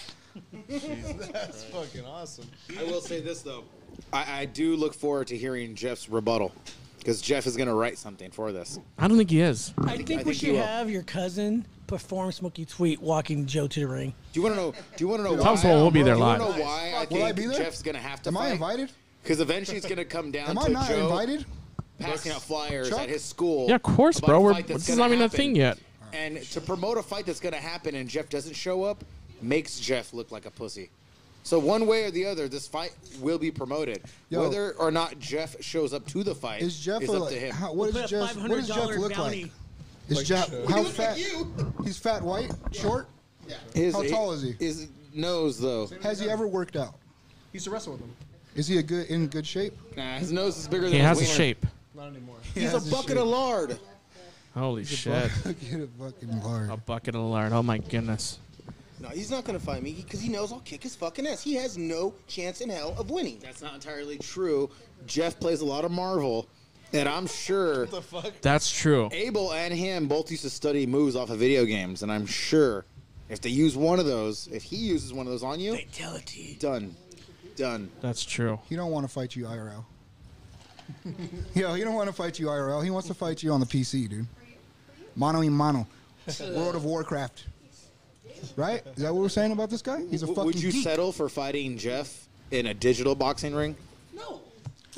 Speaker 1: That's fucking awesome.
Speaker 10: I will say this though, [laughs] I, I do look forward to hearing Jeff's rebuttal because Jeff is gonna write something for this.
Speaker 3: I don't think he is.
Speaker 7: I think,
Speaker 10: I
Speaker 7: we
Speaker 10: think
Speaker 7: should
Speaker 10: you will.
Speaker 7: have your cousin perform Smokey Tweet walking Joe to the ring.
Speaker 10: Do you want to know? Do you want to know? why
Speaker 3: Thompson will be there
Speaker 10: do you wanna
Speaker 3: live.
Speaker 10: Know why I
Speaker 6: Will
Speaker 10: think
Speaker 6: I be there?
Speaker 10: Jeff's gonna have to.
Speaker 6: Am
Speaker 10: fight?
Speaker 6: I invited?
Speaker 10: Because eventually it's gonna come down
Speaker 6: Am
Speaker 10: to
Speaker 6: I not
Speaker 10: Joe
Speaker 6: invited?
Speaker 10: passing out flyers
Speaker 6: Chuck?
Speaker 10: at his school.
Speaker 3: Yeah, of course,
Speaker 10: about
Speaker 3: bro.
Speaker 10: a
Speaker 3: We're,
Speaker 10: fight that's
Speaker 3: this is not
Speaker 10: gonna
Speaker 3: even a
Speaker 10: happen.
Speaker 3: thing yet.
Speaker 10: And to promote a fight that's gonna happen and Jeff doesn't show up, makes Jeff look like a pussy. So one way or the other, this fight will be promoted.
Speaker 6: Yo.
Speaker 10: Whether or not Jeff shows up to the fight
Speaker 6: Is Jeff
Speaker 10: is
Speaker 6: a,
Speaker 10: up
Speaker 6: like,
Speaker 10: to him.
Speaker 6: How, what, is
Speaker 7: Put a
Speaker 6: Jeff, what does Jeff
Speaker 7: $500
Speaker 6: look
Speaker 7: bounty.
Speaker 6: like? Is Jeff
Speaker 1: Chuck.
Speaker 6: how
Speaker 8: Look at
Speaker 6: fat?
Speaker 8: you.
Speaker 6: He's fat, white, short.
Speaker 10: His-
Speaker 6: How tall is he?
Speaker 10: His nose though.
Speaker 6: Has he ever worked out?
Speaker 11: He used to wrestle with him.
Speaker 6: Is he a good in good shape? [laughs]
Speaker 10: Nah, his nose is bigger than
Speaker 3: He has a
Speaker 10: his wiener.
Speaker 3: shape.
Speaker 11: Not anymore.
Speaker 8: He's a bucket of lard.
Speaker 3: Holy shit.
Speaker 6: Get a fucking lard.
Speaker 3: A bucket of lard. Oh my goodness.
Speaker 8: No, he's not gonna fight me because he knows I'll kick his fucking ass. He has no chance in hell of winning.
Speaker 10: That's not entirely true. Jeff plays a lot of Marvel, and I'm sure
Speaker 3: That's true.
Speaker 10: Abel and him both used to study moves off of video games, and I'm sure if they use one of those, if he uses one of those on you,
Speaker 7: Fatality.
Speaker 10: done, done.
Speaker 3: That's true.
Speaker 6: He don't want to fight you IRL. Yo, he don't want to fight you IRL. He wants to fight you on the PC, dude. Mono in mono. World of Warcraft. Right? Is that what we're saying about this guy? He's a
Speaker 10: W-
Speaker 6: fucking
Speaker 10: Would you
Speaker 6: geek.
Speaker 10: settle for fighting Jeff in a digital boxing ring?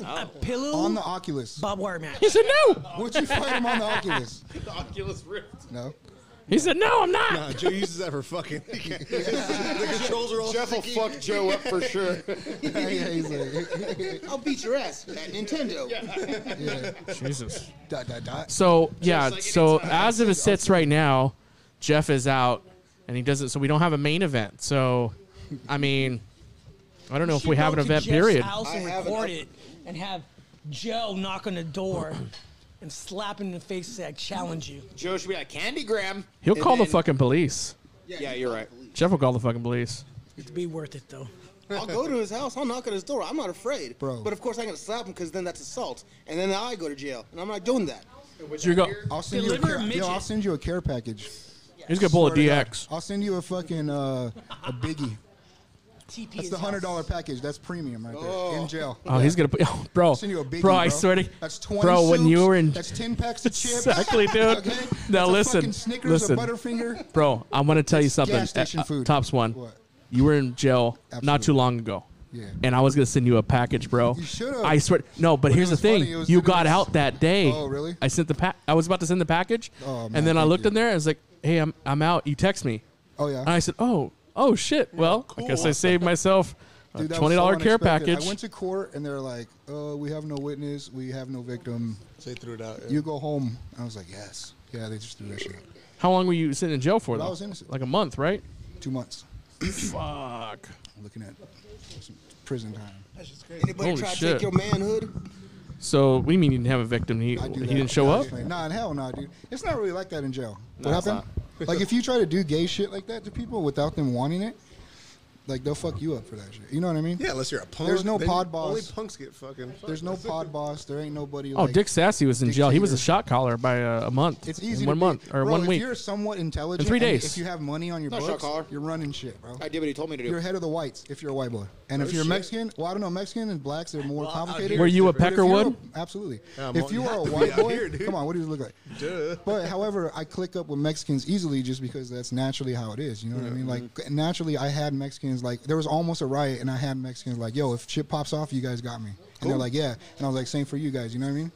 Speaker 7: A pillow
Speaker 6: on the Oculus.
Speaker 7: Bob wire match.
Speaker 3: He said no.
Speaker 6: Would you fight him on the Oculus?
Speaker 10: [laughs] the Oculus Rift.
Speaker 6: No. [laughs]
Speaker 3: He said no. I'm not.
Speaker 1: Nah, Joe uses that for fucking. [laughs] the controls are all
Speaker 10: Jeff will
Speaker 1: sticky.
Speaker 10: fuck Joe up for sure.
Speaker 6: yeah, he's like, [laughs]
Speaker 8: I'll beat your ass at Nintendo.
Speaker 6: yeah.
Speaker 3: Jesus.
Speaker 6: Dot dot dot.
Speaker 3: So yeah, so as of it sits right now, Jeff is out, and he doesn't. So we don't have a main event. So, I mean, I don't know if
Speaker 7: should
Speaker 3: we have
Speaker 7: go
Speaker 3: an
Speaker 7: to
Speaker 3: event.
Speaker 7: Jeff's
Speaker 3: Period.
Speaker 7: House
Speaker 10: I
Speaker 7: and
Speaker 10: have an
Speaker 7: record
Speaker 10: up-
Speaker 7: it and have Joe knock on the door and slap him in the face and say, "I challenge you."
Speaker 10: [laughs] Joe should be like Candy Graham.
Speaker 3: He'll
Speaker 10: And
Speaker 3: call the
Speaker 10: then-
Speaker 3: fucking police.
Speaker 10: Yeah, you're right.
Speaker 3: Jeff will call the fucking police.
Speaker 7: It'd be worth it though.
Speaker 8: I'll go to his house. I'll knock on his door. I'm not afraid.
Speaker 6: Bro.
Speaker 8: But of course, I'm going to slap him because then that's assault. And then I go to jail. And I'm not doing that.
Speaker 3: You go.
Speaker 6: I'll send
Speaker 7: Deliver
Speaker 6: you a
Speaker 7: a
Speaker 6: care,
Speaker 7: midget.
Speaker 6: yo, I'll send you a care package.
Speaker 3: He's gonna pull a
Speaker 6: Swear to God.
Speaker 3: DX.
Speaker 6: I'll send you a fucking uh, a biggie.
Speaker 7: TP
Speaker 6: That's
Speaker 7: his
Speaker 6: the hundred dollar
Speaker 7: house.
Speaker 6: package. That's premium right there. In jail.
Speaker 10: [laughs]
Speaker 3: Oh, he's gonna put, [laughs] oh, bro,
Speaker 6: I'll send you a biggie,
Speaker 3: bro, I swear to,
Speaker 6: that's twenty.
Speaker 3: bro, when you
Speaker 6: soups,
Speaker 3: were in,
Speaker 6: that's ten packs of
Speaker 3: [laughs]
Speaker 6: chips.
Speaker 3: Exactly, dude.
Speaker 6: Okay?
Speaker 3: Now
Speaker 6: That's a
Speaker 3: listen,
Speaker 6: fucking Snickers,
Speaker 3: listen.
Speaker 6: a Butterfinger.
Speaker 3: bro, I want to tell you something.
Speaker 6: gas station food.
Speaker 3: Tops one,
Speaker 6: What?
Speaker 3: you were in jail not
Speaker 6: Absolutely.
Speaker 3: too long ago.
Speaker 6: Yeah.
Speaker 3: And I was gonna send you a package, bro.
Speaker 6: You should've.
Speaker 3: I swear. No, but
Speaker 6: When it
Speaker 3: here's the
Speaker 6: was funny,
Speaker 3: thing.
Speaker 6: it was-
Speaker 3: you
Speaker 6: it
Speaker 3: got
Speaker 6: was-
Speaker 3: out that day.
Speaker 6: Oh, really?
Speaker 3: I sent the pack. I was about to send the package,
Speaker 6: Oh, man,
Speaker 3: and then I
Speaker 6: thank
Speaker 3: looked
Speaker 6: you.
Speaker 3: in there. and I was like, "Hey, I'm I'm out." You text me,
Speaker 6: Oh yeah.
Speaker 3: and I said, "Oh, oh shit. Well, I guess I saved
Speaker 6: [laughs]
Speaker 3: myself a
Speaker 6: Dude, that was
Speaker 3: twenty dollar
Speaker 6: so
Speaker 3: care
Speaker 6: unexpected.
Speaker 3: package."
Speaker 6: I went to court and they're like, uh, "We have no witness. We have no victim.
Speaker 1: They threw it out. yeah.
Speaker 6: You go home." I was like, "Yes." Yeah, they just threw that shit. out.
Speaker 3: How long were you sitting in jail for?
Speaker 6: Well, I
Speaker 3: though?
Speaker 6: was innocent.
Speaker 3: Like a month, right?
Speaker 6: Two months.
Speaker 3: Fuck.
Speaker 6: I'm looking at some prison time.
Speaker 8: Anybody
Speaker 3: Holy
Speaker 8: try to
Speaker 3: shit.
Speaker 8: take your manhood?
Speaker 3: So we mean you didn't have a victim. He,
Speaker 6: I
Speaker 3: he
Speaker 6: do that.
Speaker 3: didn't show
Speaker 6: Yeah,
Speaker 3: up.
Speaker 6: definitely. Nah, in hell, nah, dude. It's not really like that in jail.
Speaker 10: No,
Speaker 6: what
Speaker 10: it's
Speaker 6: happened? like if you try to do gay shit like that to people without them wanting it, like they'll fuck you up for that shit. You know what I mean?
Speaker 1: Yeah, unless you're a punk.
Speaker 6: There's no
Speaker 1: They-
Speaker 6: pod boss.
Speaker 1: Only punks get fucking.
Speaker 6: There's no pod boss. There ain't nobody.
Speaker 3: Oh,
Speaker 6: like,
Speaker 3: Dick Sassy was in
Speaker 6: Dick
Speaker 3: jail. He was a
Speaker 6: Cheater.
Speaker 3: shot caller by uh, a, a month.
Speaker 6: It's
Speaker 3: In
Speaker 6: easy.
Speaker 3: one
Speaker 6: to be-
Speaker 3: month or
Speaker 6: Bro,
Speaker 3: one
Speaker 6: if
Speaker 3: week.
Speaker 6: You're somewhat intelligent.
Speaker 3: In three
Speaker 6: and
Speaker 3: days.
Speaker 6: If you have money on your
Speaker 10: Not shot
Speaker 6: books,
Speaker 10: caller.
Speaker 6: you're running shit, bro.
Speaker 10: I did what he told me to
Speaker 6: You're
Speaker 10: do.
Speaker 6: ahead of the whites if you're a white boy, and if you're Mexican, well, I don't know, Mexican and blacks are more complicated.
Speaker 3: Were you a
Speaker 6: But if you're
Speaker 3: Peckerwood?
Speaker 6: a- Absolutely.
Speaker 1: [laughs] Yeah,
Speaker 6: if
Speaker 1: well,
Speaker 6: you
Speaker 1: you
Speaker 6: are a
Speaker 1: have to be
Speaker 6: white
Speaker 1: out
Speaker 6: boy,
Speaker 1: here, dude.
Speaker 6: come on, what do you look like?
Speaker 1: Duh.
Speaker 6: But however, I click up with Mexicans easily just because that's naturally how it is. You know what I mean?
Speaker 10: mm-hmm.
Speaker 6: Like naturally, I had Mexicans like there was almost a riot, and I had Mexicans like, "Yo, if shit pops off, you guys got me." And they're like, "Yeah," and I was like, "Same for you guys." You know what I mean?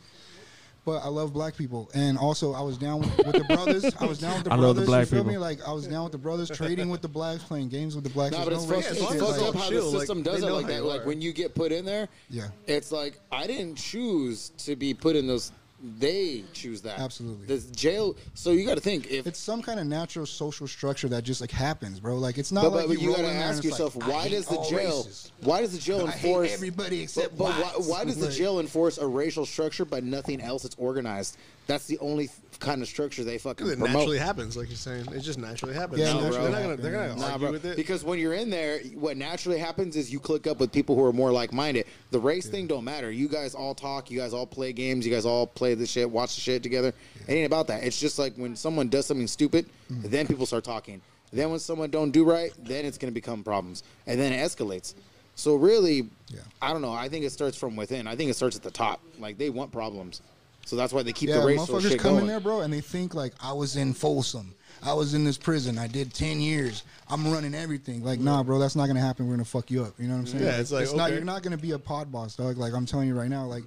Speaker 6: But I love black people, and also I was down with, with the brothers. I was down with
Speaker 3: [laughs]
Speaker 6: the
Speaker 3: I
Speaker 6: brothers.
Speaker 3: love the black
Speaker 6: you feel
Speaker 3: people.
Speaker 6: me? Like I was down with the brothers, trading with the blacks, playing games with the blacks.
Speaker 10: No, but
Speaker 6: There's
Speaker 10: it's
Speaker 6: no
Speaker 10: fucked,
Speaker 1: racist
Speaker 10: it's
Speaker 6: racist
Speaker 1: shit.
Speaker 10: fucked
Speaker 1: Like,
Speaker 10: up how
Speaker 1: chill,
Speaker 10: the
Speaker 1: like,
Speaker 10: system
Speaker 1: they
Speaker 10: does it
Speaker 1: know
Speaker 10: like
Speaker 1: how
Speaker 10: that.
Speaker 1: you
Speaker 10: Like
Speaker 1: are.
Speaker 10: when you get put in there,
Speaker 6: Yeah.
Speaker 10: it's like I didn't choose to be put in those. They choose that.
Speaker 6: Absolutely.
Speaker 10: The jail. So you got to think if.
Speaker 6: It's some kind of natural social structure that just like happens, bro. Like it's not
Speaker 10: but,
Speaker 6: like
Speaker 10: but you,
Speaker 6: roll
Speaker 10: got to
Speaker 6: in there and
Speaker 10: ask
Speaker 6: it's like,
Speaker 10: yourself
Speaker 6: I
Speaker 10: why
Speaker 6: hate
Speaker 10: does the
Speaker 6: all
Speaker 10: jail
Speaker 6: races.
Speaker 10: why does the jail
Speaker 6: I hate
Speaker 10: enforce
Speaker 6: everybody except
Speaker 10: but, but why,
Speaker 6: whites.
Speaker 10: why does the
Speaker 6: Like-
Speaker 10: jail enforce a racial structure but nothing else that's organized? That's the only th- kind of structure they fucking
Speaker 1: It
Speaker 10: promote.
Speaker 1: naturally happens, like you're saying. It just naturally happens.
Speaker 6: Yeah,
Speaker 1: They're not
Speaker 10: bro.
Speaker 1: gonna, they're not gonna
Speaker 10: Nah,
Speaker 1: argue
Speaker 10: bro.
Speaker 1: with it.
Speaker 10: Because when you're in there, what naturally happens is you click up with people who are more like-minded. The race thing don't matter. You guys all talk. You guys all play games. You guys all play the shit, watch the shit together. It ain't about that. It's just like when someone does something stupid,
Speaker 6: Mm-hmm.
Speaker 10: then people start talking. Then when someone don't do right, then it's gonna become problems, and then it escalates. So really,
Speaker 6: Yeah.
Speaker 10: I don't know. I think it starts from within. I think it starts at the top. Like they want problems, so that's why they keep
Speaker 6: Yeah,
Speaker 10: the racial
Speaker 6: motherfuckers
Speaker 10: shit
Speaker 6: come in
Speaker 10: going.
Speaker 6: there, bro, and they think like I was in Folsom, I was in this prison, I did ten years, I'm running everything. Like, nah, bro, that's not gonna happen. We're gonna fuck you up. You know what I'm saying?
Speaker 1: Yeah, it's like,
Speaker 6: not.
Speaker 1: okay.
Speaker 6: You're not gonna be a pod boss, dog. Like I'm telling you right now, like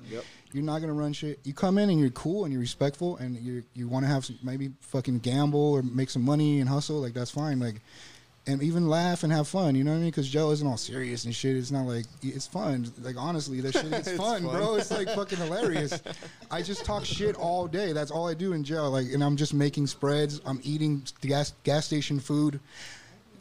Speaker 6: you're not gonna run shit. You come in and you're cool and you're respectful and you you want to have some, maybe fucking gamble or make some money and hustle. Like that's fine. Like. And even laugh and have fun, you know what I mean? Because Joe isn't all serious and shit. It's not like it's fun. Like honestly,
Speaker 1: [laughs]
Speaker 6: that shit is
Speaker 1: fun.
Speaker 6: fun, bro. It's like fucking hilarious. I just talk shit all day. That's all I do in jail. Like, and I'm just making spreads. I'm eating gas gas station food.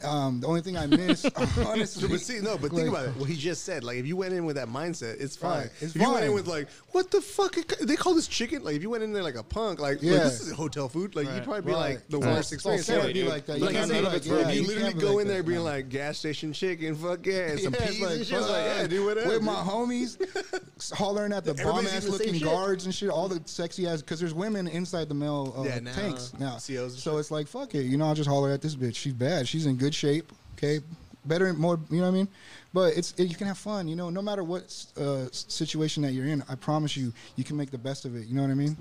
Speaker 6: Um, the only thing I miss, [laughs]
Speaker 1: [laughs]
Speaker 6: honestly,
Speaker 1: But see, no, but
Speaker 6: like,
Speaker 1: think about it. What he just said, like, if you went in with that mindset, it's fine.
Speaker 6: Right,
Speaker 1: if
Speaker 6: it's
Speaker 1: you went in
Speaker 6: fine.
Speaker 1: with like, what the fuck? it- They call this chicken? Like, if you went in there like a punk, like,
Speaker 6: Yeah.
Speaker 1: like this is hotel food. Like, you'd probably be
Speaker 6: Right.
Speaker 1: like the
Speaker 6: Right.
Speaker 1: worst
Speaker 6: It's all
Speaker 1: experience.
Speaker 6: silly,
Speaker 1: ever.
Speaker 6: dude. Like that. You
Speaker 1: Like,
Speaker 6: can't
Speaker 1: I
Speaker 6: be
Speaker 1: said,
Speaker 6: like
Speaker 1: like,
Speaker 6: that. Yeah,
Speaker 1: you
Speaker 6: you
Speaker 1: literally
Speaker 6: can't be
Speaker 1: go
Speaker 6: like
Speaker 1: in there
Speaker 6: that,
Speaker 1: being
Speaker 6: no.
Speaker 1: like gas station chicken, fuck
Speaker 6: [laughs]
Speaker 1: yeah, and some
Speaker 6: Yeah, it's
Speaker 1: peas
Speaker 6: like,
Speaker 1: and shit. It's Like,
Speaker 6: fuck.
Speaker 1: yeah, do whatever.
Speaker 6: With
Speaker 1: dude.
Speaker 6: my homies, hollering at the
Speaker 1: [laughs] Everybody's
Speaker 6: bomb ass
Speaker 1: eating the same
Speaker 6: looking
Speaker 1: shit.
Speaker 6: guards and shit. All the sexy ass, because there's women inside the male uh,
Speaker 1: Yeah, now,
Speaker 6: tanks now.
Speaker 1: COs and
Speaker 6: So
Speaker 1: shit.
Speaker 6: it's like fuck it, you know. I'll just holler at this bitch. She's bad. She's in good shape. Okay, better, more. You know what I mean? But it's it, you can have fun. You know, no matter what uh, s- situation that you're in, I promise you, you can make the best of it. You know what I mean?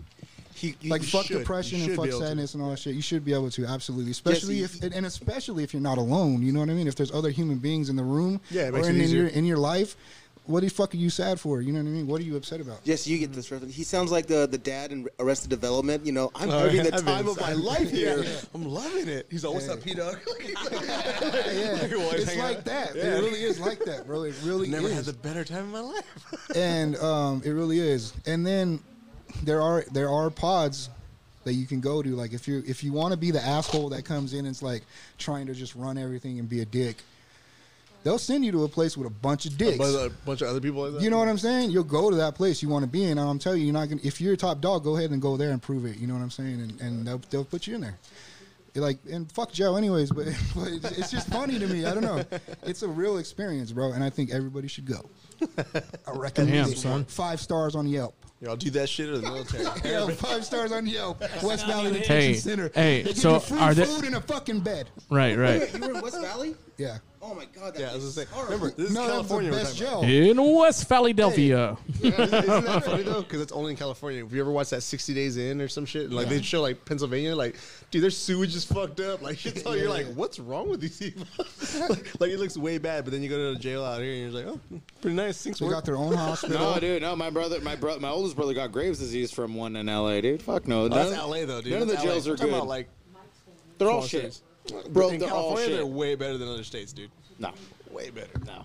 Speaker 1: He- he-
Speaker 6: like
Speaker 1: you
Speaker 6: fuck
Speaker 1: should.
Speaker 6: depression
Speaker 1: You
Speaker 6: and
Speaker 1: should
Speaker 6: fuck
Speaker 1: be able to.
Speaker 6: sadness and all that shit. You should be able to absolutely, especially
Speaker 10: you-
Speaker 6: if and, and especially if you're not alone. You know what I mean? If there's other human beings in the room
Speaker 1: Yeah, it
Speaker 6: or
Speaker 1: makes
Speaker 6: in,
Speaker 1: it
Speaker 6: in your
Speaker 1: easier.
Speaker 6: in your life, what the fuck are you sad for? You know what I mean? What are you upset about?
Speaker 8: Yes, you get this reference. He sounds like the, the dad in Arrested Development. You know, I'm
Speaker 1: Oh,
Speaker 8: having
Speaker 1: yeah,
Speaker 8: the
Speaker 1: I've been
Speaker 8: time of my
Speaker 1: inside. [laughs]
Speaker 8: life here.
Speaker 1: I'm loving it. He's always up, P
Speaker 8: [laughs]
Speaker 1: Dog. [laughs]
Speaker 6: Yeah, it's like that. It really is like that, bro. It really
Speaker 1: Never
Speaker 6: is.
Speaker 1: had the better time of my life. [laughs]
Speaker 6: and um, it really is. And then there are there are pods that you can go to. Like if you if you want to be the asshole that comes in and is like trying to just run everything and be a dick, they'll send you to a place with a bunch of dicks.
Speaker 1: But a bunch of other people like that.
Speaker 6: You know what I'm saying? You'll go to that place you want to be in. And I'm telling you, you're not gonna. If you're a top dog, go ahead and go there and prove it. You know what I'm saying? And, and they'll, they'll put you in there. You're like and fuck Joe, anyways. But, [laughs] but it's, it's just funny to me. I don't know. It's a real experience, bro. And I think everybody should go. I recommend
Speaker 3: Damn,
Speaker 6: it.
Speaker 3: son.
Speaker 6: Five stars on Yelp. [laughs]
Speaker 1: Y'all do that [laughs] shit in the military.
Speaker 6: Yeah, five stars on Yelp. West Valley Detention
Speaker 3: Hey,
Speaker 6: Center.
Speaker 3: hey,
Speaker 6: They give
Speaker 3: so
Speaker 6: you free
Speaker 3: are there-
Speaker 6: food and a fucking bed.
Speaker 3: Right,
Speaker 8: Wait,
Speaker 3: right.
Speaker 8: you were in West Valley?
Speaker 6: Yeah.
Speaker 8: Oh my god, that
Speaker 1: yeah, I was gonna
Speaker 8: place is
Speaker 1: say.
Speaker 8: horrible.
Speaker 1: Remember, this is
Speaker 6: no, that's the
Speaker 1: California. we're
Speaker 6: best
Speaker 1: talking about.
Speaker 6: jail.
Speaker 3: In West Philadelphia.
Speaker 1: Isn't that funny though? Because it's only in California. Have you ever watched that 60 Days In or some shit? And, like they show like Pennsylvania, like dude, their sewage is fucked up. Like shit's all- you're like, what's wrong with these people? [laughs] like, it looks way bad, but then you go to the jail out here and you're like, oh, pretty nice. Things
Speaker 6: They
Speaker 1: work.
Speaker 6: got their own
Speaker 3: [laughs]
Speaker 6: hospital.
Speaker 10: No, dude, no. My brother, my bro, my oldest brother got Graves' disease from one in L.A. Dude, fuck no.
Speaker 1: Oh, that's
Speaker 10: none,
Speaker 1: LA though, dude.
Speaker 10: None of the
Speaker 1: That's LA.
Speaker 10: jails
Speaker 1: We're
Speaker 10: are
Speaker 1: talking
Speaker 10: good.
Speaker 1: About, like,
Speaker 10: they're all
Speaker 1: small
Speaker 10: shit,
Speaker 1: states.
Speaker 10: bro.
Speaker 1: in
Speaker 10: They're all
Speaker 1: California,
Speaker 10: shit.
Speaker 1: they're way better than other states, dude.
Speaker 10: no,
Speaker 1: Way better.
Speaker 10: no,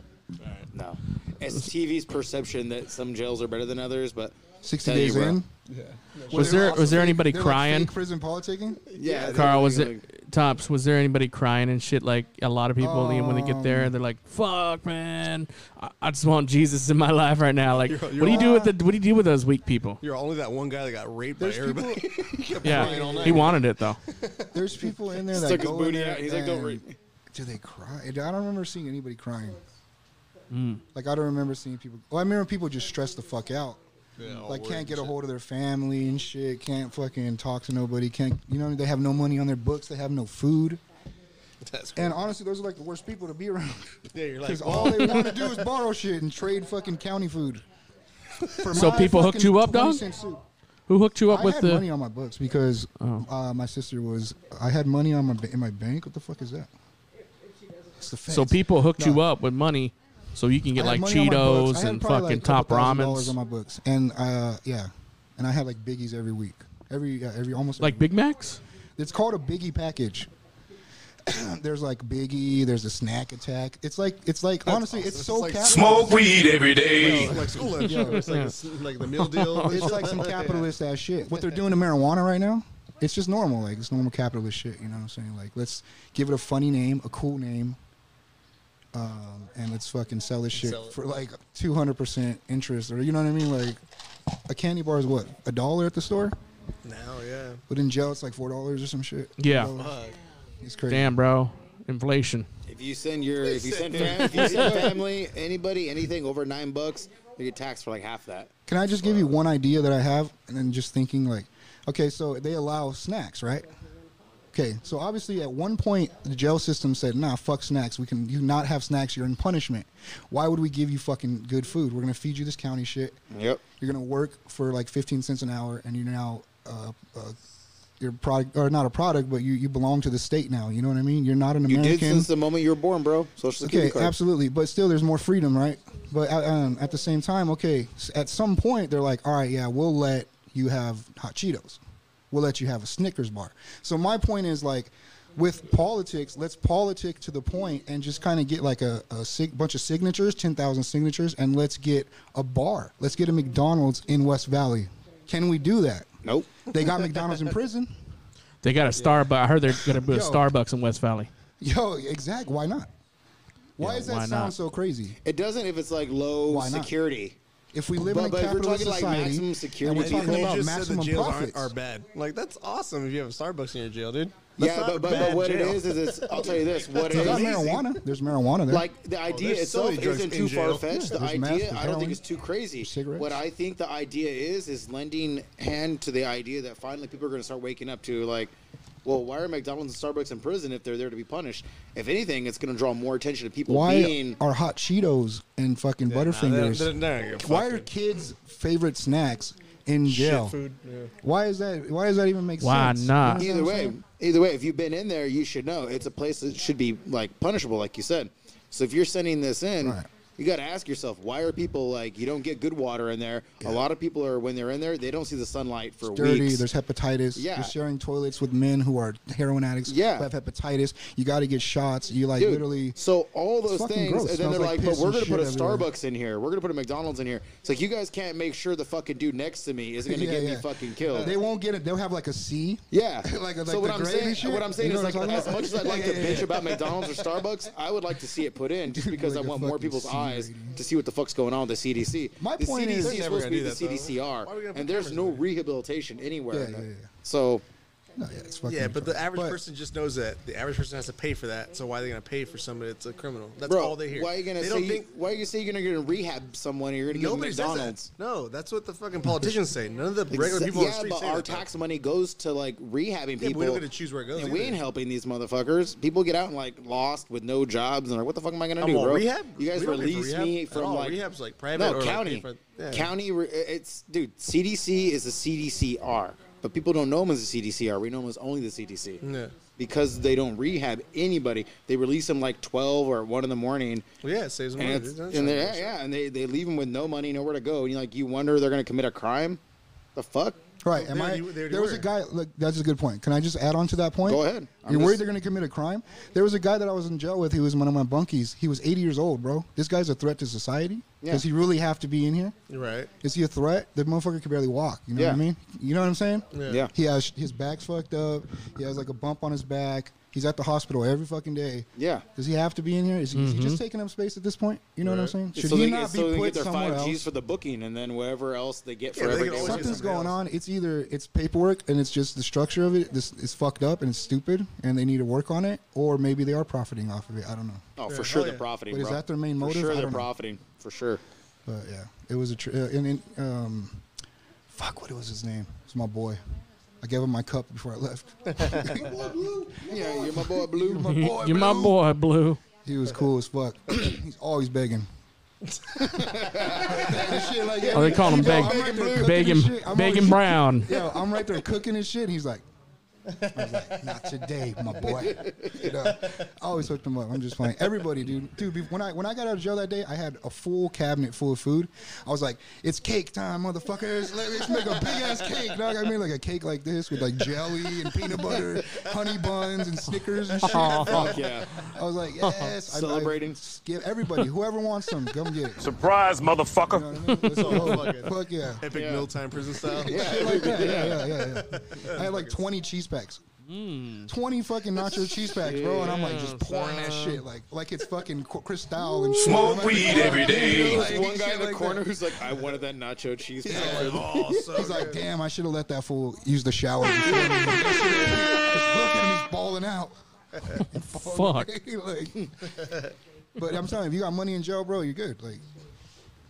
Speaker 10: no. It's TV's perception that some jails are better than others, but
Speaker 6: Sixty
Speaker 10: Tell you,
Speaker 6: days
Speaker 10: bro.
Speaker 6: in.
Speaker 3: Was there was there anybody
Speaker 6: They're like
Speaker 3: crying?
Speaker 6: fake prison politicking?
Speaker 10: yeah, they're
Speaker 3: Carl, was
Speaker 10: like-
Speaker 3: it tops? Was there anybody crying and shit? Like a lot of people they- when they get there,
Speaker 6: Um,
Speaker 3: they're like, "Fuck, man, I, I just want Jesus in my [laughs] life right now." Like,
Speaker 1: You're-
Speaker 3: what do you do
Speaker 1: you're-
Speaker 3: with the what do you do with those weak people?
Speaker 1: You're only that one guy that got raped
Speaker 6: There's
Speaker 1: by everybody. [laughs] all
Speaker 3: Yeah,
Speaker 1: night.
Speaker 3: he wanted it though.
Speaker 6: There's people in there that
Speaker 10: Stuck his
Speaker 6: go in
Speaker 10: booty
Speaker 6: there
Speaker 10: out. He's like, "Don't
Speaker 6: and-
Speaker 10: rape me."
Speaker 6: Do they cry? I don't remember seeing anybody crying.
Speaker 3: Mm.
Speaker 6: Like I don't remember seeing people. Well, I remember people just stressed the fuck out.
Speaker 1: Yeah, all
Speaker 6: like
Speaker 1: worried
Speaker 6: can't
Speaker 1: and
Speaker 6: get a
Speaker 1: shit.
Speaker 6: hold of their family and shit. Can't fucking talk to nobody. Can't you know they have no money on their books. They have no food.
Speaker 1: That's
Speaker 6: And
Speaker 1: cool.
Speaker 6: honestly, those are like the worst people to be around
Speaker 1: [laughs] yeah, you're like,
Speaker 6: because
Speaker 1: oh,
Speaker 6: all they want to do is borrow shit and trade fucking
Speaker 3: [laughs]
Speaker 6: county food. For
Speaker 3: So
Speaker 6: my
Speaker 3: people hooked
Speaker 6: fucking
Speaker 3: you up, dog?
Speaker 6: 20 cent soup.
Speaker 3: Who hooked you up
Speaker 6: I
Speaker 3: with
Speaker 6: had
Speaker 3: the? Oh.
Speaker 6: money on my books because uh, my sister was. I had money on my ba- in my bank. What the fuck is that? It's the
Speaker 3: so
Speaker 6: feds.
Speaker 3: people hooked you
Speaker 6: No.
Speaker 3: up with money, so you can
Speaker 6: I
Speaker 3: get
Speaker 6: had
Speaker 3: like
Speaker 6: money on my books.
Speaker 3: Cheetos
Speaker 6: I had
Speaker 3: and
Speaker 6: probably,
Speaker 3: fucking
Speaker 6: like, a
Speaker 3: top
Speaker 6: couple thousand dollars on
Speaker 3: ramens,
Speaker 6: my books, and uh, yeah, and I had like biggies every week, every yeah, every almost
Speaker 3: like
Speaker 6: every
Speaker 3: Big Macs.
Speaker 6: week. It's called a biggie package. [clears throat] there's like biggie. There's a snack attack. It's like it's like honestly,
Speaker 1: awesome.
Speaker 6: it's
Speaker 1: It's
Speaker 6: so
Speaker 1: like
Speaker 6: capitalist.
Speaker 9: weed every day.
Speaker 1: like school lunch. It's like, it's like the meal deal.
Speaker 6: It's like
Speaker 1: [laughs]
Speaker 6: some capitalist ass shit. What they're doing to marijuana right now, it's just normal. Like it's normal capitalist shit. You know what I'm saying? Like let's give it a funny name, a cool name, um, and let's fucking sell this shit
Speaker 1: Sell it.
Speaker 6: for like 200 percent interest, or you know what I mean? Like a candy bar is what a dollar at the store,
Speaker 1: Now, yeah.
Speaker 6: but in jail it's like four dollars or some shit.
Speaker 3: Yeah.
Speaker 6: $4. it's crazy.
Speaker 3: Damn, bro, inflation.
Speaker 10: If you send your, if you send, fam- if
Speaker 1: [laughs]
Speaker 10: you send family, anybody, anything over nine bucks, you get taxed for like half that.
Speaker 6: Can I just give you one idea that I have, and then just thinking like, okay, so they allow snacks, right? Okay, so obviously at one point the jail system said, nah, fuck snacks. We can you not have snacks, you're in punishment. Why would we give you fucking good food? We're gonna feed you this county shit.
Speaker 10: Yep.
Speaker 6: You're gonna work for like 15 cents an hour, and you're now uh, uh, your product or not a product, but you you belong to the state now. You know what I mean? You're not an
Speaker 10: You
Speaker 6: American.
Speaker 10: did since the moment you were born, bro. Social security
Speaker 6: Okay,
Speaker 10: card.
Speaker 6: absolutely, but still, there's more freedom, right? But uh, um, at the same time, okay, s- at some point they're like, all right, yeah, we'll let you have hot Cheetos, we'll let you have a Snickers bar. So my point is like, with politics, let's politic to the point and just kind of get like a, a sig- bunch of signatures, ten thousand signatures, and let's get a bar. Let's get a McDonald's in West Valley. Can we do that?
Speaker 10: Nope.
Speaker 6: They got McDonald's in prison.
Speaker 3: They got a Starbucks. I heard they're gonna put a
Speaker 6: Yo.
Speaker 3: Starbucks in West Valley.
Speaker 6: Yo, exact. Why not? Why
Speaker 3: Yeah,
Speaker 6: does that
Speaker 3: why
Speaker 6: sound
Speaker 3: not?
Speaker 6: so crazy?
Speaker 10: It doesn't if it's like low
Speaker 6: Why not?
Speaker 10: security.
Speaker 6: If we live
Speaker 10: But-
Speaker 6: in a
Speaker 10: but if we're
Speaker 6: capitalist
Speaker 10: talking, like,
Speaker 6: society,
Speaker 10: maximum security,
Speaker 6: and we're
Speaker 1: And
Speaker 6: talking
Speaker 1: you
Speaker 6: about
Speaker 1: just said
Speaker 6: maximum
Speaker 1: the jails
Speaker 6: profits,
Speaker 1: Aren't, are bad. Like that's awesome if you have a Starbucks in your jail, dude. That's
Speaker 10: yeah,
Speaker 1: not a
Speaker 10: but, but, but
Speaker 1: bad
Speaker 10: what
Speaker 1: jail.
Speaker 10: it is is it's, I'll tell you this. What it
Speaker 6: They
Speaker 10: is,
Speaker 6: got marijuana. There's marijuana there. Oh,
Speaker 10: like the idea
Speaker 1: there's so
Speaker 10: itself
Speaker 1: many drugs
Speaker 10: isn't
Speaker 1: in
Speaker 10: too
Speaker 1: jail.
Speaker 10: far fetched.
Speaker 6: Yeah,
Speaker 10: the
Speaker 6: there's meth,
Speaker 10: idea
Speaker 6: there's
Speaker 10: I don't
Speaker 6: heroin,
Speaker 10: think it's too crazy.
Speaker 6: cigarettes.
Speaker 10: What I think the idea is is lending hand to the idea that finally people are going to start waking up to like, well, why are McDonald's and Starbucks in prison if they're there to be punished? If anything, it's going to draw more attention to people
Speaker 6: why
Speaker 10: being.
Speaker 6: are hot Cheetos and fucking
Speaker 1: Nah,
Speaker 6: Butterfingers?
Speaker 1: they're- they're- they're-
Speaker 6: why
Speaker 1: fuck
Speaker 6: are
Speaker 1: it.
Speaker 6: kids' favorite snacks in jail?
Speaker 1: food, yeah.
Speaker 6: Why is that? Why does that even make
Speaker 3: Why
Speaker 6: sense?
Speaker 3: not?
Speaker 6: You know what
Speaker 10: Either
Speaker 6: I'm
Speaker 10: way,
Speaker 6: saying?
Speaker 10: either way, if you've been in there, you should know it's a place that should be like punishable, like you said. So if you're sending this in,
Speaker 6: Right.
Speaker 10: you got to ask yourself why are people like you don't get good water in there. A lot of people are when they're in there, they don't see the sunlight for
Speaker 6: dirty.
Speaker 10: weeks.
Speaker 6: There's hepatitis.
Speaker 10: Yeah.
Speaker 6: You're sharing toilets with men who are heroin addicts.
Speaker 10: Yeah.
Speaker 6: Who have hepatitis. You got to get shots. You like
Speaker 10: Dude,
Speaker 6: literally.
Speaker 10: So all
Speaker 6: It's
Speaker 10: those
Speaker 6: fucking
Speaker 10: things,
Speaker 6: gross.
Speaker 10: and then
Speaker 6: Smells
Speaker 10: they're
Speaker 6: like
Speaker 10: like, "But
Speaker 6: piss
Speaker 10: we're
Speaker 6: and
Speaker 10: gonna put a
Speaker 6: shit everywhere."
Speaker 10: Starbucks in here. We're gonna put a McDonald's in here." It's like you guys can't make sure the fucking dude next to me isn't gonna
Speaker 6: [laughs] Yeah,
Speaker 10: get me
Speaker 6: yeah.
Speaker 10: fucking killed.
Speaker 6: They won't get it. They'll have like a C.
Speaker 10: yeah.
Speaker 6: [laughs] like, like
Speaker 10: so what
Speaker 6: the
Speaker 10: I'm
Speaker 6: grade
Speaker 10: saying,
Speaker 6: and shit.
Speaker 10: what I'm saying
Speaker 6: You know
Speaker 10: is like,
Speaker 6: what I'm
Speaker 10: as
Speaker 6: talking
Speaker 10: much as I'd
Speaker 6: about? [laughs]
Speaker 10: like
Speaker 6: Yeah,
Speaker 10: to
Speaker 6: yeah, yeah.
Speaker 10: bitch about McDonald's or Starbucks, I would like to see it put
Speaker 6: [laughs]
Speaker 10: in just because
Speaker 6: like
Speaker 10: I
Speaker 6: a
Speaker 10: want more
Speaker 6: fucking
Speaker 10: people's
Speaker 6: C
Speaker 10: eyes
Speaker 6: rating.
Speaker 10: to see what the fuck's going on with the CDC.
Speaker 6: My
Speaker 10: the
Speaker 6: point
Speaker 10: CDC
Speaker 6: is- They're
Speaker 10: is
Speaker 6: never
Speaker 10: supposed to
Speaker 1: gonna
Speaker 10: be
Speaker 1: do
Speaker 10: the
Speaker 1: that, though. Why are we
Speaker 10: CDCR,
Speaker 1: gonna put
Speaker 10: and there's
Speaker 1: cameras
Speaker 10: no rehabilitation anywhere.
Speaker 6: Yeah,
Speaker 10: in
Speaker 6: yeah,
Speaker 10: there.
Speaker 6: yeah.
Speaker 10: So
Speaker 6: No, yeah, it's fucking
Speaker 1: Yeah, but the
Speaker 6: retarded.
Speaker 1: average
Speaker 6: But
Speaker 1: person just knows that the average person has to pay for that. So why are they going to pay for somebody that's a criminal? That's
Speaker 10: Bro,
Speaker 1: all they hear.
Speaker 10: Why are you gonna
Speaker 1: they
Speaker 10: say?
Speaker 1: don't
Speaker 10: you-
Speaker 1: think
Speaker 10: why are you say you're gonna, gonna rehab someone? Or you're gonna
Speaker 1: nobody
Speaker 10: give
Speaker 1: says
Speaker 10: them
Speaker 1: that?
Speaker 10: McDonald's?
Speaker 1: No, that's what the fucking politicians say. None of the regular
Speaker 10: Exa-
Speaker 1: people
Speaker 10: yeah,
Speaker 1: on the street
Speaker 10: but
Speaker 1: say
Speaker 10: our
Speaker 1: that, though.
Speaker 10: tax money goes to like rehabbing
Speaker 1: Yeah, but
Speaker 10: people.
Speaker 1: we don't get to choose where it goes
Speaker 10: And we
Speaker 1: either.
Speaker 10: ain't helping these motherfuckers. People get out and like lost with no jobs and like, what the fuck am I gonna
Speaker 1: I'm
Speaker 10: do,
Speaker 1: on
Speaker 10: bro?
Speaker 1: rehab?
Speaker 10: You guys
Speaker 1: We don't pay for
Speaker 10: release
Speaker 1: rehab
Speaker 10: me
Speaker 1: at
Speaker 10: from
Speaker 1: all.
Speaker 10: like
Speaker 1: Rehab's, like, private
Speaker 10: No,
Speaker 1: or, like,
Speaker 10: county,
Speaker 1: paid for- yeah.
Speaker 10: county. re- It's dude. CDC is the CDCR, but people don't know them as the CDCR. We know them as only the CDC.
Speaker 1: Yeah.
Speaker 10: Because they don't rehab anybody, they release them like twelve or one in the morning,
Speaker 1: Well, yeah, it saves them
Speaker 10: and,
Speaker 1: money.
Speaker 10: it's,
Speaker 1: That's
Speaker 10: and
Speaker 1: not
Speaker 10: they yeah,
Speaker 1: bad.
Speaker 10: yeah, and they, they leave them with no money, nowhere to go. And you like you wonder they're gonna commit a crime. The fuck?
Speaker 6: Right. Am
Speaker 1: They
Speaker 6: I?
Speaker 1: already- they already
Speaker 6: there was a
Speaker 1: were.
Speaker 6: guy. Look, that's a good point. Can I just add on to that point?
Speaker 10: Go ahead. I'm
Speaker 6: You're worried
Speaker 10: just-
Speaker 6: they're going to commit a crime? There was a guy that I was in jail with. He was one of my bunkies. He was 80 years old, bro. This guy's a threat to society.
Speaker 10: Yeah.
Speaker 6: Does he really have to be in here?
Speaker 1: You're right.
Speaker 6: Is he a threat? The motherfucker can barely walk. You know what I
Speaker 10: Yeah.
Speaker 6: mean? You know what I'm saying?
Speaker 10: Yeah.
Speaker 6: He has his back's fucked up. He has like a bump on his back. He's at the hospital every fucking day.
Speaker 10: Yeah.
Speaker 6: Does he have to be in here? Is he, is he just taking up space at this point? You know what I'm saying? Should
Speaker 10: so
Speaker 6: he
Speaker 10: they,
Speaker 6: not
Speaker 10: so
Speaker 6: be
Speaker 10: they
Speaker 6: put
Speaker 10: get their
Speaker 6: somewhere
Speaker 10: five
Speaker 6: else?
Speaker 10: Gs for the booking, and then wherever else they get
Speaker 1: Yeah,
Speaker 10: for
Speaker 1: they
Speaker 10: every
Speaker 1: can
Speaker 10: day.
Speaker 1: always-
Speaker 6: something's
Speaker 1: something
Speaker 6: going
Speaker 1: else.
Speaker 6: on. It's either it's paperwork and it's just the structure of it. This is fucked up and it's stupid, and they need to work on it, or maybe they are profiting off of it. I don't know.
Speaker 10: Oh, for sure
Speaker 1: Oh,
Speaker 10: they're
Speaker 1: yeah.
Speaker 10: profiting.
Speaker 6: But is
Speaker 10: bro.
Speaker 6: that their main motive?
Speaker 10: For
Speaker 6: I
Speaker 10: sure they're
Speaker 6: don't know.
Speaker 10: profiting.
Speaker 6: [laughs]
Speaker 10: For sure.
Speaker 6: But yeah, it was a tr- uh, and, and um, fuck, what was his name? It's my boy. I gave him my cup before I left.
Speaker 10: Yeah, you're my boy Blue.
Speaker 3: You're my boy, Blue.
Speaker 6: He was cool
Speaker 3: [clears throat]
Speaker 6: as fuck. He's always begging. And shit, like, yeah,
Speaker 3: Oh, they call him
Speaker 6: yo,
Speaker 3: Beg,
Speaker 6: I'm right there cooking and
Speaker 3: Begging,
Speaker 6: shit. I'm
Speaker 3: Begging
Speaker 6: always-
Speaker 3: Brown.
Speaker 6: [laughs] Yo, I'm right there cooking and shit. And he's like, I was like, not today, my boy. You know, I always hooked him up. I'm just playing. Everybody, dude, dude. be- When I when I got out of jail that day, I had a full cabinet full of food. I was like, it's cake time, motherfuckers. Let- Let's make a big ass cake. Dog. I made like a cake like this with like jelly and peanut butter, honey buns and Snickers and shit.
Speaker 3: Oh, fuck
Speaker 10: yeah.
Speaker 6: I
Speaker 1: [laughs]
Speaker 6: was like, yes. [laughs] I- I
Speaker 10: Celebrating.
Speaker 6: skip everybody. Whoever wants some, come get it.
Speaker 2: Surprise, motherfucker.
Speaker 6: You know what I mean?
Speaker 1: [laughs]
Speaker 6: Let's
Speaker 1: So
Speaker 6: go.
Speaker 1: fucking-
Speaker 6: Fuck yeah.
Speaker 1: Epic
Speaker 10: Yeah.
Speaker 1: mealtime prison [laughs] style.
Speaker 6: Shit like that. Yeah, yeah, yeah, yeah. I had like 20 cheese packs.
Speaker 1: Mm.
Speaker 6: 20 fucking nacho cheese packs, bro. And I'm like just pouring that shit like like it's fucking Cr- Cristal and shit. I'm like,
Speaker 2: every day.
Speaker 6: [laughs]
Speaker 10: There's one guy
Speaker 6: shit
Speaker 10: in the
Speaker 6: like
Speaker 10: corner
Speaker 6: that.
Speaker 10: who's like, I wanted that nacho cheese.
Speaker 6: He's
Speaker 10: pizza."
Speaker 6: like,
Speaker 1: Oh, so
Speaker 6: he's like, damn, I should have let that fool use the shower. before me." Just look at him, he's balling out. [laughs]
Speaker 3: Fuck.
Speaker 6: Like- but I'm telling you, if you got money in jail, bro, you're good.
Speaker 1: [laughs]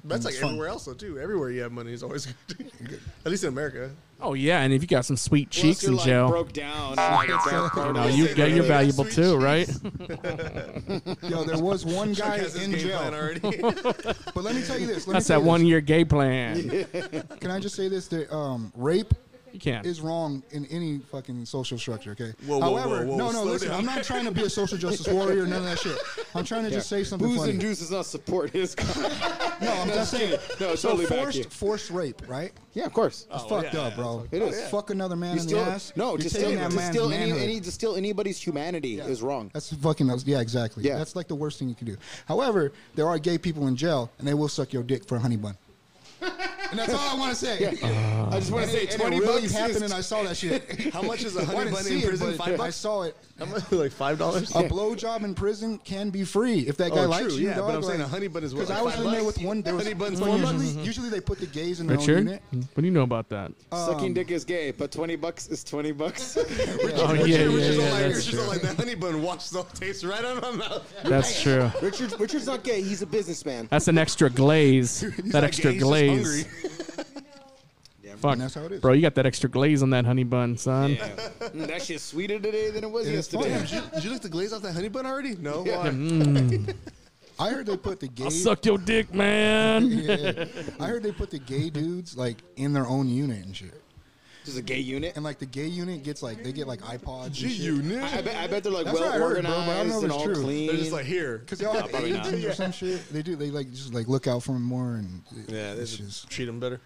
Speaker 6: Like,
Speaker 1: That's like
Speaker 6: It's fun.
Speaker 1: everywhere else though too. Everywhere you have money is always [laughs] good. At least in America.
Speaker 3: Oh yeah, and if you got some sweet
Speaker 10: Plus
Speaker 3: cheeks
Speaker 10: you're,
Speaker 3: in
Speaker 10: like,
Speaker 3: jail,
Speaker 10: Broke down. [laughs] Like, it's like, bro,
Speaker 3: no,
Speaker 10: this
Speaker 3: you
Speaker 10: ain't
Speaker 3: yeah, you're
Speaker 10: really-
Speaker 3: valuable
Speaker 1: sweet
Speaker 3: too, right?
Speaker 6: yo, there was one guy
Speaker 1: Has his
Speaker 6: in
Speaker 1: game plan
Speaker 6: jail.
Speaker 1: already.
Speaker 6: But let me tell you this. Let me
Speaker 3: That's
Speaker 6: tell
Speaker 3: that
Speaker 6: you
Speaker 3: one
Speaker 6: this.
Speaker 3: year gay plan.
Speaker 6: Can I just say this? That um, rape
Speaker 3: You can't.
Speaker 6: is wrong in any fucking social structure. Okay.
Speaker 1: Whoa, whoa,
Speaker 6: However,
Speaker 1: whoa, whoa,
Speaker 6: no, no,
Speaker 1: slow
Speaker 6: listen.
Speaker 1: down.
Speaker 6: I'm not trying to be a social justice warrior. None of that shit. I'm trying to just say something
Speaker 10: Booze
Speaker 6: funny.
Speaker 10: and juice does not support
Speaker 6: [laughs]
Speaker 10: his.
Speaker 6: no, I'm just
Speaker 10: [laughs]
Speaker 6: saying.
Speaker 10: No,
Speaker 6: so
Speaker 10: totally back you.
Speaker 6: forced, forced rape, right?
Speaker 10: Yeah, of course.
Speaker 3: Oh,
Speaker 6: It's fucked
Speaker 1: Oh, yeah,
Speaker 6: up, bro.
Speaker 10: It is.
Speaker 6: Fuck another man
Speaker 10: You
Speaker 6: in
Speaker 10: still,
Speaker 6: the ass.
Speaker 10: no,
Speaker 6: You're
Speaker 10: to
Speaker 6: taking
Speaker 10: steal,
Speaker 6: that
Speaker 10: to
Speaker 6: man's
Speaker 10: steal any,
Speaker 6: manhood.
Speaker 10: any, to steal anybody's humanity is wrong.
Speaker 6: That's fucking. Yeah, exactly.
Speaker 10: Yeah.
Speaker 6: That's like the worst thing you can do. However, there are gay people in jail, and they will suck your dick for a honey bun. [laughs] And that's all I want to say.
Speaker 10: I just want to say,
Speaker 6: And
Speaker 10: twenty
Speaker 6: it really
Speaker 10: bucks
Speaker 6: happened,
Speaker 10: is
Speaker 6: and I saw that
Speaker 1: [laughs]
Speaker 6: shit.
Speaker 10: [laughs]
Speaker 1: How much [laughs] is a
Speaker 6: I
Speaker 1: honey
Speaker 6: didn't
Speaker 1: bun
Speaker 6: see
Speaker 1: in
Speaker 6: it,
Speaker 1: prison?
Speaker 6: but
Speaker 1: Five
Speaker 6: I
Speaker 1: bucks?
Speaker 6: saw it.
Speaker 1: How much- [laughs] like five dollars?
Speaker 6: A blowjob in prison can be free if that
Speaker 1: Oh,
Speaker 6: guy likes
Speaker 1: true,
Speaker 6: you.
Speaker 1: yeah,
Speaker 6: dog,
Speaker 1: but I'm saying
Speaker 6: like-
Speaker 1: a honey bun is what,
Speaker 6: Because
Speaker 1: like
Speaker 6: I was
Speaker 1: five
Speaker 6: in there
Speaker 1: bucks?
Speaker 6: with one. There was,
Speaker 1: Honey bun's
Speaker 6: well,
Speaker 1: one
Speaker 6: usually, usually they put the gays in their own
Speaker 3: Richard, Mm,
Speaker 6: unit.
Speaker 3: what do you know about that?
Speaker 6: um,
Speaker 10: sucking dick is gay, but twenty bucks is
Speaker 6: [laughs]
Speaker 10: twenty bucks.
Speaker 3: oh yeah, yeah,
Speaker 1: Richard's
Speaker 3: yeah,
Speaker 1: all like,
Speaker 3: that's
Speaker 1: Richard's all
Speaker 3: true.
Speaker 1: like, the honey bun washes all taste right out of my mouth.
Speaker 3: That's true.
Speaker 8: Richard, Richard's not gay. He's a businessman.
Speaker 3: That's an extra glaze. That extra
Speaker 1: He's just
Speaker 3: glaze.
Speaker 1: hungry.
Speaker 3: Fuck,
Speaker 6: And that's how it is.
Speaker 3: bro, you got that extra glaze on that honey bun, son.
Speaker 10: [laughs] Mm, that shit's sweeter today than it was
Speaker 6: And it's
Speaker 10: yesterday.
Speaker 6: funny.
Speaker 1: Did you, did you lick the glaze off that honey bun already? No. Why?
Speaker 6: I heard they put the
Speaker 3: [laughs] I
Speaker 6: gays. [laughs]
Speaker 3: sucked your dick, man.
Speaker 6: Yeah. I heard they put the gay dudes like in their own unit and shit.
Speaker 10: Just a gay unit.
Speaker 6: And like the gay unit gets like they get like iPods. G
Speaker 1: unit.
Speaker 10: I, I bet, I bet they're like
Speaker 6: That's what I
Speaker 10: well
Speaker 6: heard, bro, but I don't know
Speaker 10: organized
Speaker 6: if
Speaker 10: and
Speaker 6: it's
Speaker 10: all
Speaker 6: true.
Speaker 10: clean.
Speaker 1: They're just like here
Speaker 6: Because they all have
Speaker 3: Probably not.
Speaker 6: agents or some shit. They do. They like just like look out for them more and
Speaker 1: Yeah, they
Speaker 6: it's
Speaker 1: should
Speaker 6: just
Speaker 1: treat them better.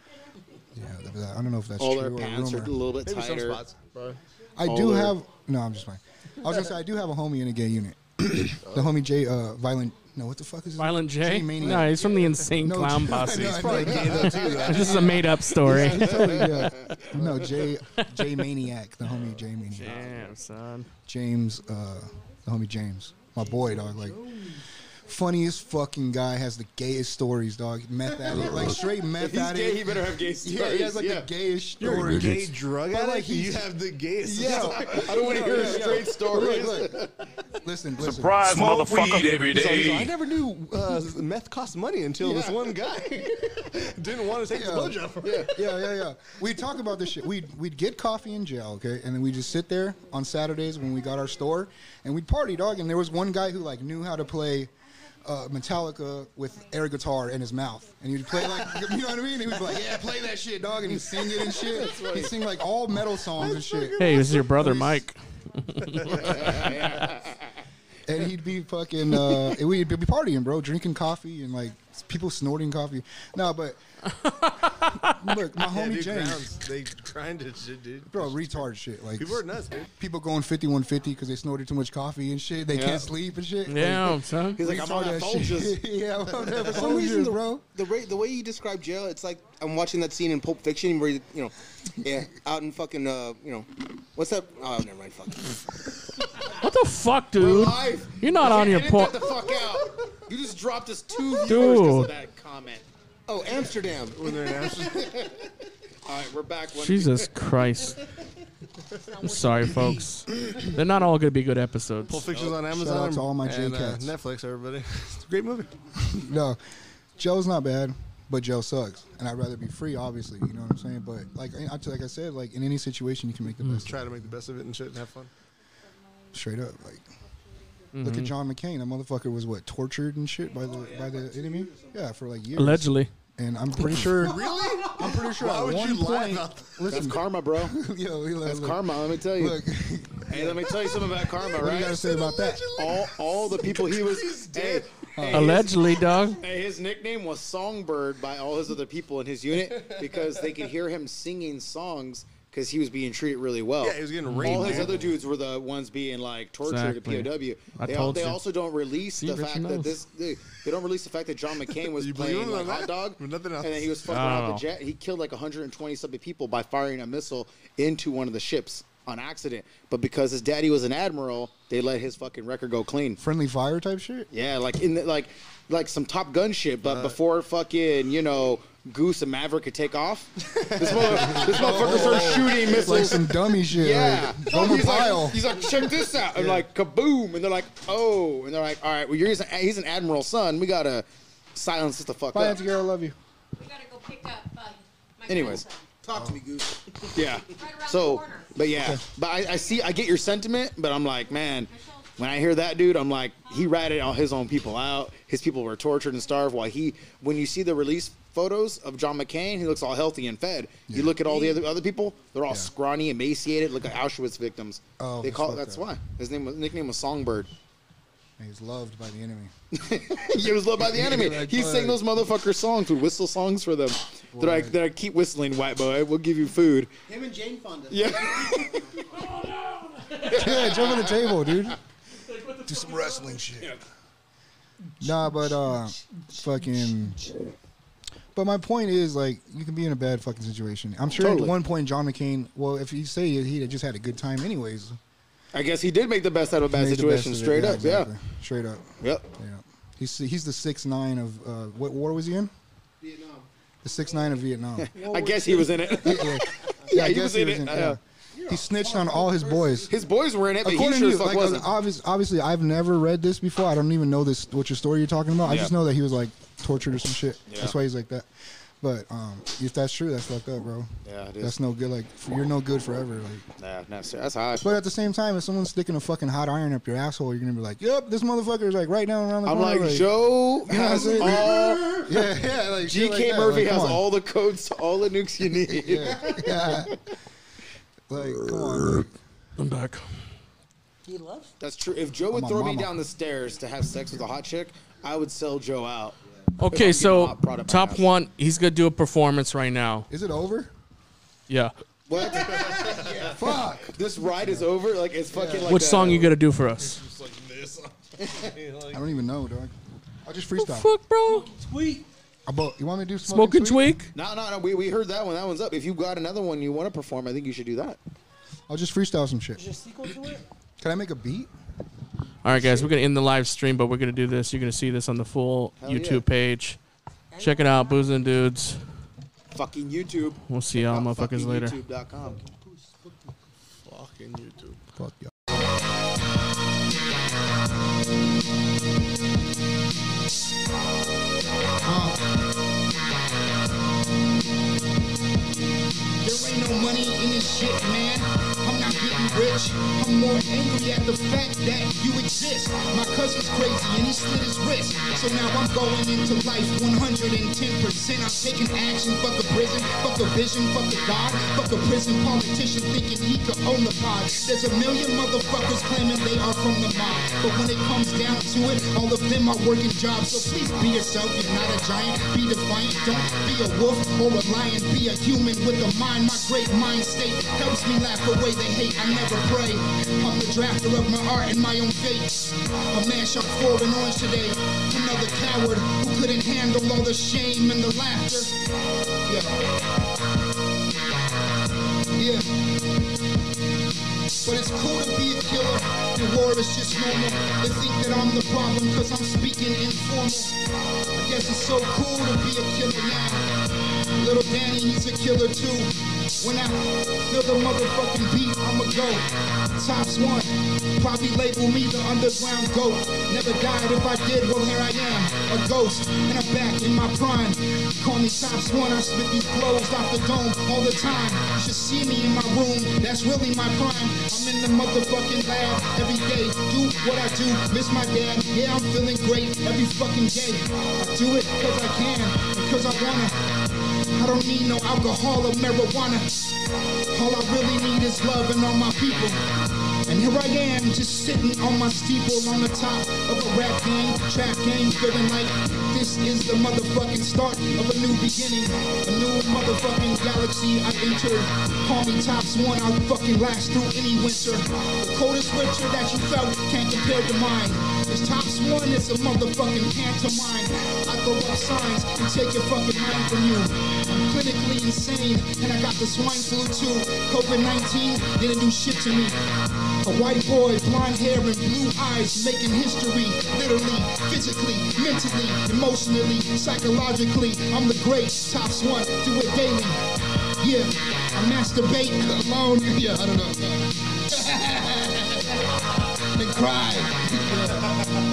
Speaker 6: yeah. I don't know if that's
Speaker 10: all
Speaker 6: true
Speaker 10: their
Speaker 6: or a
Speaker 10: pants are a
Speaker 6: rumor.
Speaker 10: little bit
Speaker 1: Maybe some
Speaker 10: tighter.
Speaker 1: spots, bro.
Speaker 6: I
Speaker 10: all
Speaker 6: do
Speaker 10: their-
Speaker 6: have no. I'm just fine. I was gonna say I do have a homie in a gay unit. [clears throat] the homie J. Uh, Violent. No, what the fuck is his-
Speaker 3: Violent J?
Speaker 6: J Maniac.
Speaker 3: No, he's from the Insane
Speaker 6: No, [laughs]
Speaker 3: Clown
Speaker 6: J-
Speaker 3: Posse.
Speaker 6: No, no,
Speaker 3: this is a made up story.
Speaker 6: [laughs] He's totally, yeah. No, J. J. Maniac. The homie J. Maniac.
Speaker 3: Damn, son.
Speaker 6: James, uh, the homie James, my boy, dog. Like, funniest fucking guy has the gayest stories, dog. Meth addict, like straight meth
Speaker 10: He's
Speaker 6: addict.
Speaker 10: gay. He [laughs] better have gay stories.
Speaker 6: yeah, he has like
Speaker 10: yeah.
Speaker 6: the gayest
Speaker 1: You're a
Speaker 6: stories.
Speaker 1: gay drug
Speaker 6: But, like,
Speaker 1: addict. [laughs] you
Speaker 6: he's-
Speaker 1: have the
Speaker 10: [laughs]
Speaker 1: gayest.
Speaker 6: Yeah.
Speaker 10: I don't want to hear straight stories.
Speaker 6: Look, look. Listen, listen.
Speaker 9: Smoke weed every
Speaker 1: So, so I never knew uh, meth cost money until this
Speaker 10: Yeah.
Speaker 1: one [laughs] guy didn't want to take
Speaker 6: Yeah.
Speaker 1: the blowjob from
Speaker 6: Yeah,
Speaker 1: me.
Speaker 6: yeah, yeah, yeah. We'd talk about this shit. We'd we'd get coffee in jail, okay, and then we'd just sit there on Saturdays when we got our store, and we'd party, dog. And there was one guy who like knew how to play. Uh, Metallica with air guitar in his mouth, and he'd play like, [laughs] you know what I mean? He was like, "Yeah, play that shit, dog," and he'd sing it and shit. He'd sing like all metal songs and shit.
Speaker 3: Hey, this is your brother, Mike.
Speaker 6: and he'd be fucking uh, and we'd be partying, bro, drinking coffee and like people snorting coffee.
Speaker 1: [laughs]
Speaker 6: No, but look, my
Speaker 1: Yeah,
Speaker 6: homie
Speaker 1: dude,
Speaker 6: James,
Speaker 1: grounds, they grind it, shit, dude.
Speaker 6: bro, retard shit. Like
Speaker 1: People are nuts, dude.
Speaker 6: people going 5150 because they snorted too much coffee and shit. They can't sleep and shit.
Speaker 3: Damn, son.
Speaker 10: He's like, I'm on
Speaker 6: Retard
Speaker 10: that
Speaker 6: ass
Speaker 10: phone
Speaker 6: shit. [laughs]
Speaker 10: just.
Speaker 6: yeah, for
Speaker 8: For some reason, the,
Speaker 6: bro.
Speaker 8: the, ra- the way you describe jail, it's like I'm watching that scene in Pulp Fiction where, you, you know, yeah, out in fucking, uh, you know, what's that? Oh, never mind, fuck.
Speaker 3: What the fuck, dude?
Speaker 10: Live.
Speaker 3: You're not on your
Speaker 10: Edit
Speaker 3: point.
Speaker 10: that
Speaker 6: [laughs]
Speaker 10: the fuck out. You just dropped us two viewers because
Speaker 3: Dude.
Speaker 10: of that comment.
Speaker 8: Oh, Amsterdam.
Speaker 1: When [laughs] they're in Amsterdam.
Speaker 10: All right, we're back. One
Speaker 3: Jesus Christ. I'm sorry, folks. They're not all going to be good episodes.
Speaker 1: Pulp Fiction's on Amazon.
Speaker 6: out to all my
Speaker 1: and, uh,
Speaker 6: J-Cats.
Speaker 1: Netflix, everybody. [laughs] It's a great movie.
Speaker 6: No, Joe's not bad, but Joe sucks, and I'd rather be free, obviously. You know what I'm saying? But like, I, I- like I said, like in any situation, you can make the best.
Speaker 1: Try to make the best of it and shit and have fun.
Speaker 6: Straight up, like. Look at
Speaker 1: Mm-hmm.
Speaker 6: John McCain. That motherfucker was what tortured and shit by the by the enemy. Yeah, for like years.
Speaker 3: Allegedly.
Speaker 6: And I'm pretty sure. really? I'm pretty sure.
Speaker 1: Why
Speaker 6: at
Speaker 1: would
Speaker 6: one
Speaker 1: you lie
Speaker 6: point,
Speaker 1: about that?
Speaker 10: That's
Speaker 6: Listen,
Speaker 10: karma, bro.
Speaker 6: [laughs] yo, look,
Speaker 10: That's
Speaker 6: look,
Speaker 10: karma. Let me tell you.
Speaker 6: Look, [laughs]
Speaker 10: Hey, let me tell you something about karma,
Speaker 6: what do you
Speaker 10: right?
Speaker 6: gotta say about that?
Speaker 10: all, all the people he
Speaker 6: [laughs]
Speaker 10: was. Hey, hey, his-
Speaker 3: Allegedly, dog.
Speaker 10: Hey, his nickname was Songbird by all his other people in
Speaker 1: [laughs]
Speaker 10: his unit because they could hear him singing songs because he was being treated really well.
Speaker 1: Yeah, he was getting
Speaker 10: All
Speaker 1: raped,
Speaker 10: his
Speaker 1: man.
Speaker 10: other dudes were the ones being like tortured
Speaker 3: Exactly.
Speaker 10: to POW.
Speaker 3: I
Speaker 10: they
Speaker 3: told
Speaker 10: they
Speaker 3: you.
Speaker 10: also don't release
Speaker 3: See,
Speaker 10: the
Speaker 3: Richard
Speaker 10: fact that
Speaker 3: knows.
Speaker 10: this they, they don't release the fact that John McCain
Speaker 1: [laughs]
Speaker 10: was
Speaker 1: You believe
Speaker 10: playing
Speaker 1: him
Speaker 10: like
Speaker 1: on
Speaker 10: hot
Speaker 1: that?
Speaker 10: dog,
Speaker 1: With nothing else.
Speaker 10: and then he was fucking around with the
Speaker 3: Oh.
Speaker 10: jet. He killed like 120 something people by firing a missile into one of the ships on accident. But because his daddy was an admiral, they let his fucking record go clean.
Speaker 6: friendly fire type shit.
Speaker 10: Yeah, like in the, like like some Top Gun shit,
Speaker 6: Uh-huh.
Speaker 10: but before fucking you know Goose and Maverick could take off,
Speaker 6: [laughs]
Speaker 10: this, mother, this motherfucker starts shooting
Speaker 6: Like
Speaker 10: missiles.
Speaker 6: some dummy shit.
Speaker 10: yeah, Oh,
Speaker 6: Like, Gomer
Speaker 10: he's
Speaker 6: Pyle.
Speaker 10: like, he's like, check this out, and like kaboom, and they're like, oh, and they're like, all right, well you're he's an, he's an admiral's son, we gotta silence this the fuck
Speaker 6: Bye,
Speaker 10: up.
Speaker 6: Auntie Girl. I love you.
Speaker 12: We gotta go pick up. Uh, my
Speaker 10: Anyways.
Speaker 12: grandson.
Speaker 8: Talk to me, Goose.
Speaker 10: Yeah.
Speaker 12: Right around the
Speaker 10: So,
Speaker 12: corner.
Speaker 10: but yeah, but I, I see, I get your sentiment, but I'm like, man, when I hear that dude, I'm like, he ratted all his own people out. His people were tortured and starved. While he, when you see the release photos of John McCain, he looks all healthy and fed. You look at all the other other people, they're all scrawny, emaciated, look like Auschwitz victims.
Speaker 6: Oh,
Speaker 10: they call
Speaker 6: fuck
Speaker 10: that's
Speaker 6: that.
Speaker 10: why his name was nickname was Songbird. [laughs]
Speaker 6: And he's loved by the enemy. [laughs]
Speaker 10: he was loved by the enemy.
Speaker 6: Like,
Speaker 10: he
Speaker 6: what?
Speaker 10: sang those motherfucker songs, would whistle songs for them. They're like, they're like, keep whistling, white boy. We'll give you food.
Speaker 8: Him and Jane Fonda.
Speaker 10: Yeah.
Speaker 6: yeah, jump on the table, dude. Do some wrestling shit. Nah, but uh, fucking. But my point is, like, you can be in a bad fucking situation. I'm sure
Speaker 10: Totally.
Speaker 6: at one point John McCain. Well, if you say he'd have just had a good time, anyways.
Speaker 10: I guess he did make the best out of a bad
Speaker 6: Made the
Speaker 10: situation,
Speaker 6: best of it.
Speaker 10: straight up.
Speaker 6: exactly. Straight up.
Speaker 10: Yeah. Yep.
Speaker 6: Yeah. He's he's the six nine of uh, what war was he in?
Speaker 8: Vietnam.
Speaker 6: The six nine of
Speaker 10: [laughs]
Speaker 6: Vietnam.
Speaker 10: I guess he was in it.
Speaker 6: yeah,
Speaker 10: [laughs] Yeah, he was in it. I know.
Speaker 6: yeah. He snitched on all his boys.
Speaker 10: His boys were in it, but
Speaker 6: According to
Speaker 10: he sure
Speaker 6: you,
Speaker 10: as fuck
Speaker 6: like,
Speaker 10: wasn't.
Speaker 6: obvious, obviously, I've never read this before. I don't even know this what your story you're talking about. I
Speaker 10: Yeah.
Speaker 6: just know that he was like tortured or some shit.
Speaker 10: Yeah.
Speaker 6: That's why he's like that. But um, if that's true, that's fucked up, bro.
Speaker 10: Yeah, it is.
Speaker 6: That's no good. Like f- you're no good forever. Like,
Speaker 10: Nah, nah, sir, that's how I
Speaker 6: but at the same time, if someone's sticking a fucking hot iron up your asshole, you're gonna be like, "Yep, this motherfucker is like right now around the
Speaker 10: I'm
Speaker 6: corner." [laughs]
Speaker 10: like, Joe
Speaker 6: know what I'm
Speaker 10: has
Speaker 6: saying? [laughs]
Speaker 10: all.
Speaker 6: yeah, yeah. Like shit
Speaker 10: GK
Speaker 6: like that.
Speaker 10: Murphy
Speaker 6: Like, come
Speaker 10: has
Speaker 6: on.
Speaker 10: all the codes, to all the nukes you need.
Speaker 6: Yeah. Like, come on. Like,
Speaker 3: I'm back.
Speaker 7: He loves.
Speaker 10: That's true. If Joe would
Speaker 6: I'm a
Speaker 10: throw me
Speaker 6: mama.
Speaker 10: down the stairs to have sex with a hot chick, I would sell Joe out. If I'm
Speaker 3: Okay,
Speaker 10: getting
Speaker 3: so
Speaker 10: hot brought up my
Speaker 3: top
Speaker 10: ass.
Speaker 3: one, he's gonna do a performance right now.
Speaker 6: Is it
Speaker 10: [laughs]
Speaker 6: over?
Speaker 3: Yeah.
Speaker 10: What? [laughs]
Speaker 6: Fuck.
Speaker 10: This ride is over. Like it's fucking. Like
Speaker 3: What
Speaker 10: a-
Speaker 3: song you gonna do for us?
Speaker 6: I don't even know, dog. I'll just freestyle.
Speaker 3: Fuck, bro.
Speaker 7: Tweet.
Speaker 6: I bought- you want me to do
Speaker 3: Smoking
Speaker 6: smoking, tweak?
Speaker 3: tweak.
Speaker 10: No, no, no. We, we heard that one. That one's up. If you got another one you want to perform, I think you should do that.
Speaker 6: I'll just freestyle some shit.
Speaker 7: Is there a sequel to it?
Speaker 6: Can I make a beat?
Speaker 3: All right, guys, we're gonna end the live stream, but we're gonna do this. You're gonna see this on the full
Speaker 10: yeah.
Speaker 3: YouTube page. Check it out, boozing dudes.
Speaker 10: Fucking YouTube.
Speaker 3: We'll see y'all,
Speaker 10: Not fucking
Speaker 3: motherfuckers, later.
Speaker 10: YouTube.com.
Speaker 13: Fucking YouTube.
Speaker 6: Fuck y'all.
Speaker 8: There ain't no money in this shit, man. I'm not getting rich. I'm more angry at the fact that you exist. My cousin's crazy and he slit his wrist. So now I'm going into life 110%. I'm taking action. Fuck the prison, fuck the vision, fuck the God, fuck the prison politician thinking he could own the pod. There's a million motherfuckers claiming they are from the mob. But when it comes down to it, all of them are working jobs. So please be yourself. You're not a giant. Be defiant. Don't be a wolf or a lion. Be a human with a mind. My great mind state helps me laugh away the hate. I never pray. I'm the drafter of my art and my own fate. A man shot four and orange today. Another coward who couldn't handle all the shame and the laughter. Yeah. Yeah. But it's cool to be a killer. The war is just normal. They think that I'm the problem because I'm speaking informal. I guess it's so cool to be a killer now. Little Danny, he's a killer too. When I feel the motherfucking beat, I'ma go. Tops one, probably label me the underground goat. Never died if I did, well here I am, a ghost, and I'm back in my prime. Call me Tops one, I spit these blows off the dome all the time. You should see me in my room, that's really my prime. I'm in the motherfucking lab every day. Do what I do, miss my dad. Yeah, I'm feeling great every fucking day. I do it cause I can, and cause I wanna. I don't need no alcohol or marijuana. All I really need is love and all my people. And here I am, just sitting on my steeple on the top of a rap game, trap game, feeling like this is the motherfucking start of a new beginning, a new motherfucking galaxy I entered. Call me tops one, I'll fucking last through any winter. The coldest winter that you felt can't compare to mine. This tops one is a motherfucking pantomime. I throw up signs and take your fucking mind from you. I'm clinically insane, and I got the swine flu too. COVID-19 didn't do shit to me. A white boy, blonde hair and blue eyes, making history, literally, physically, mentally, emotionally, psychologically. I'm the great, tops one, do it daily. Yeah, I masturbate alone. Yeah, I don't know. and cry. Yeah.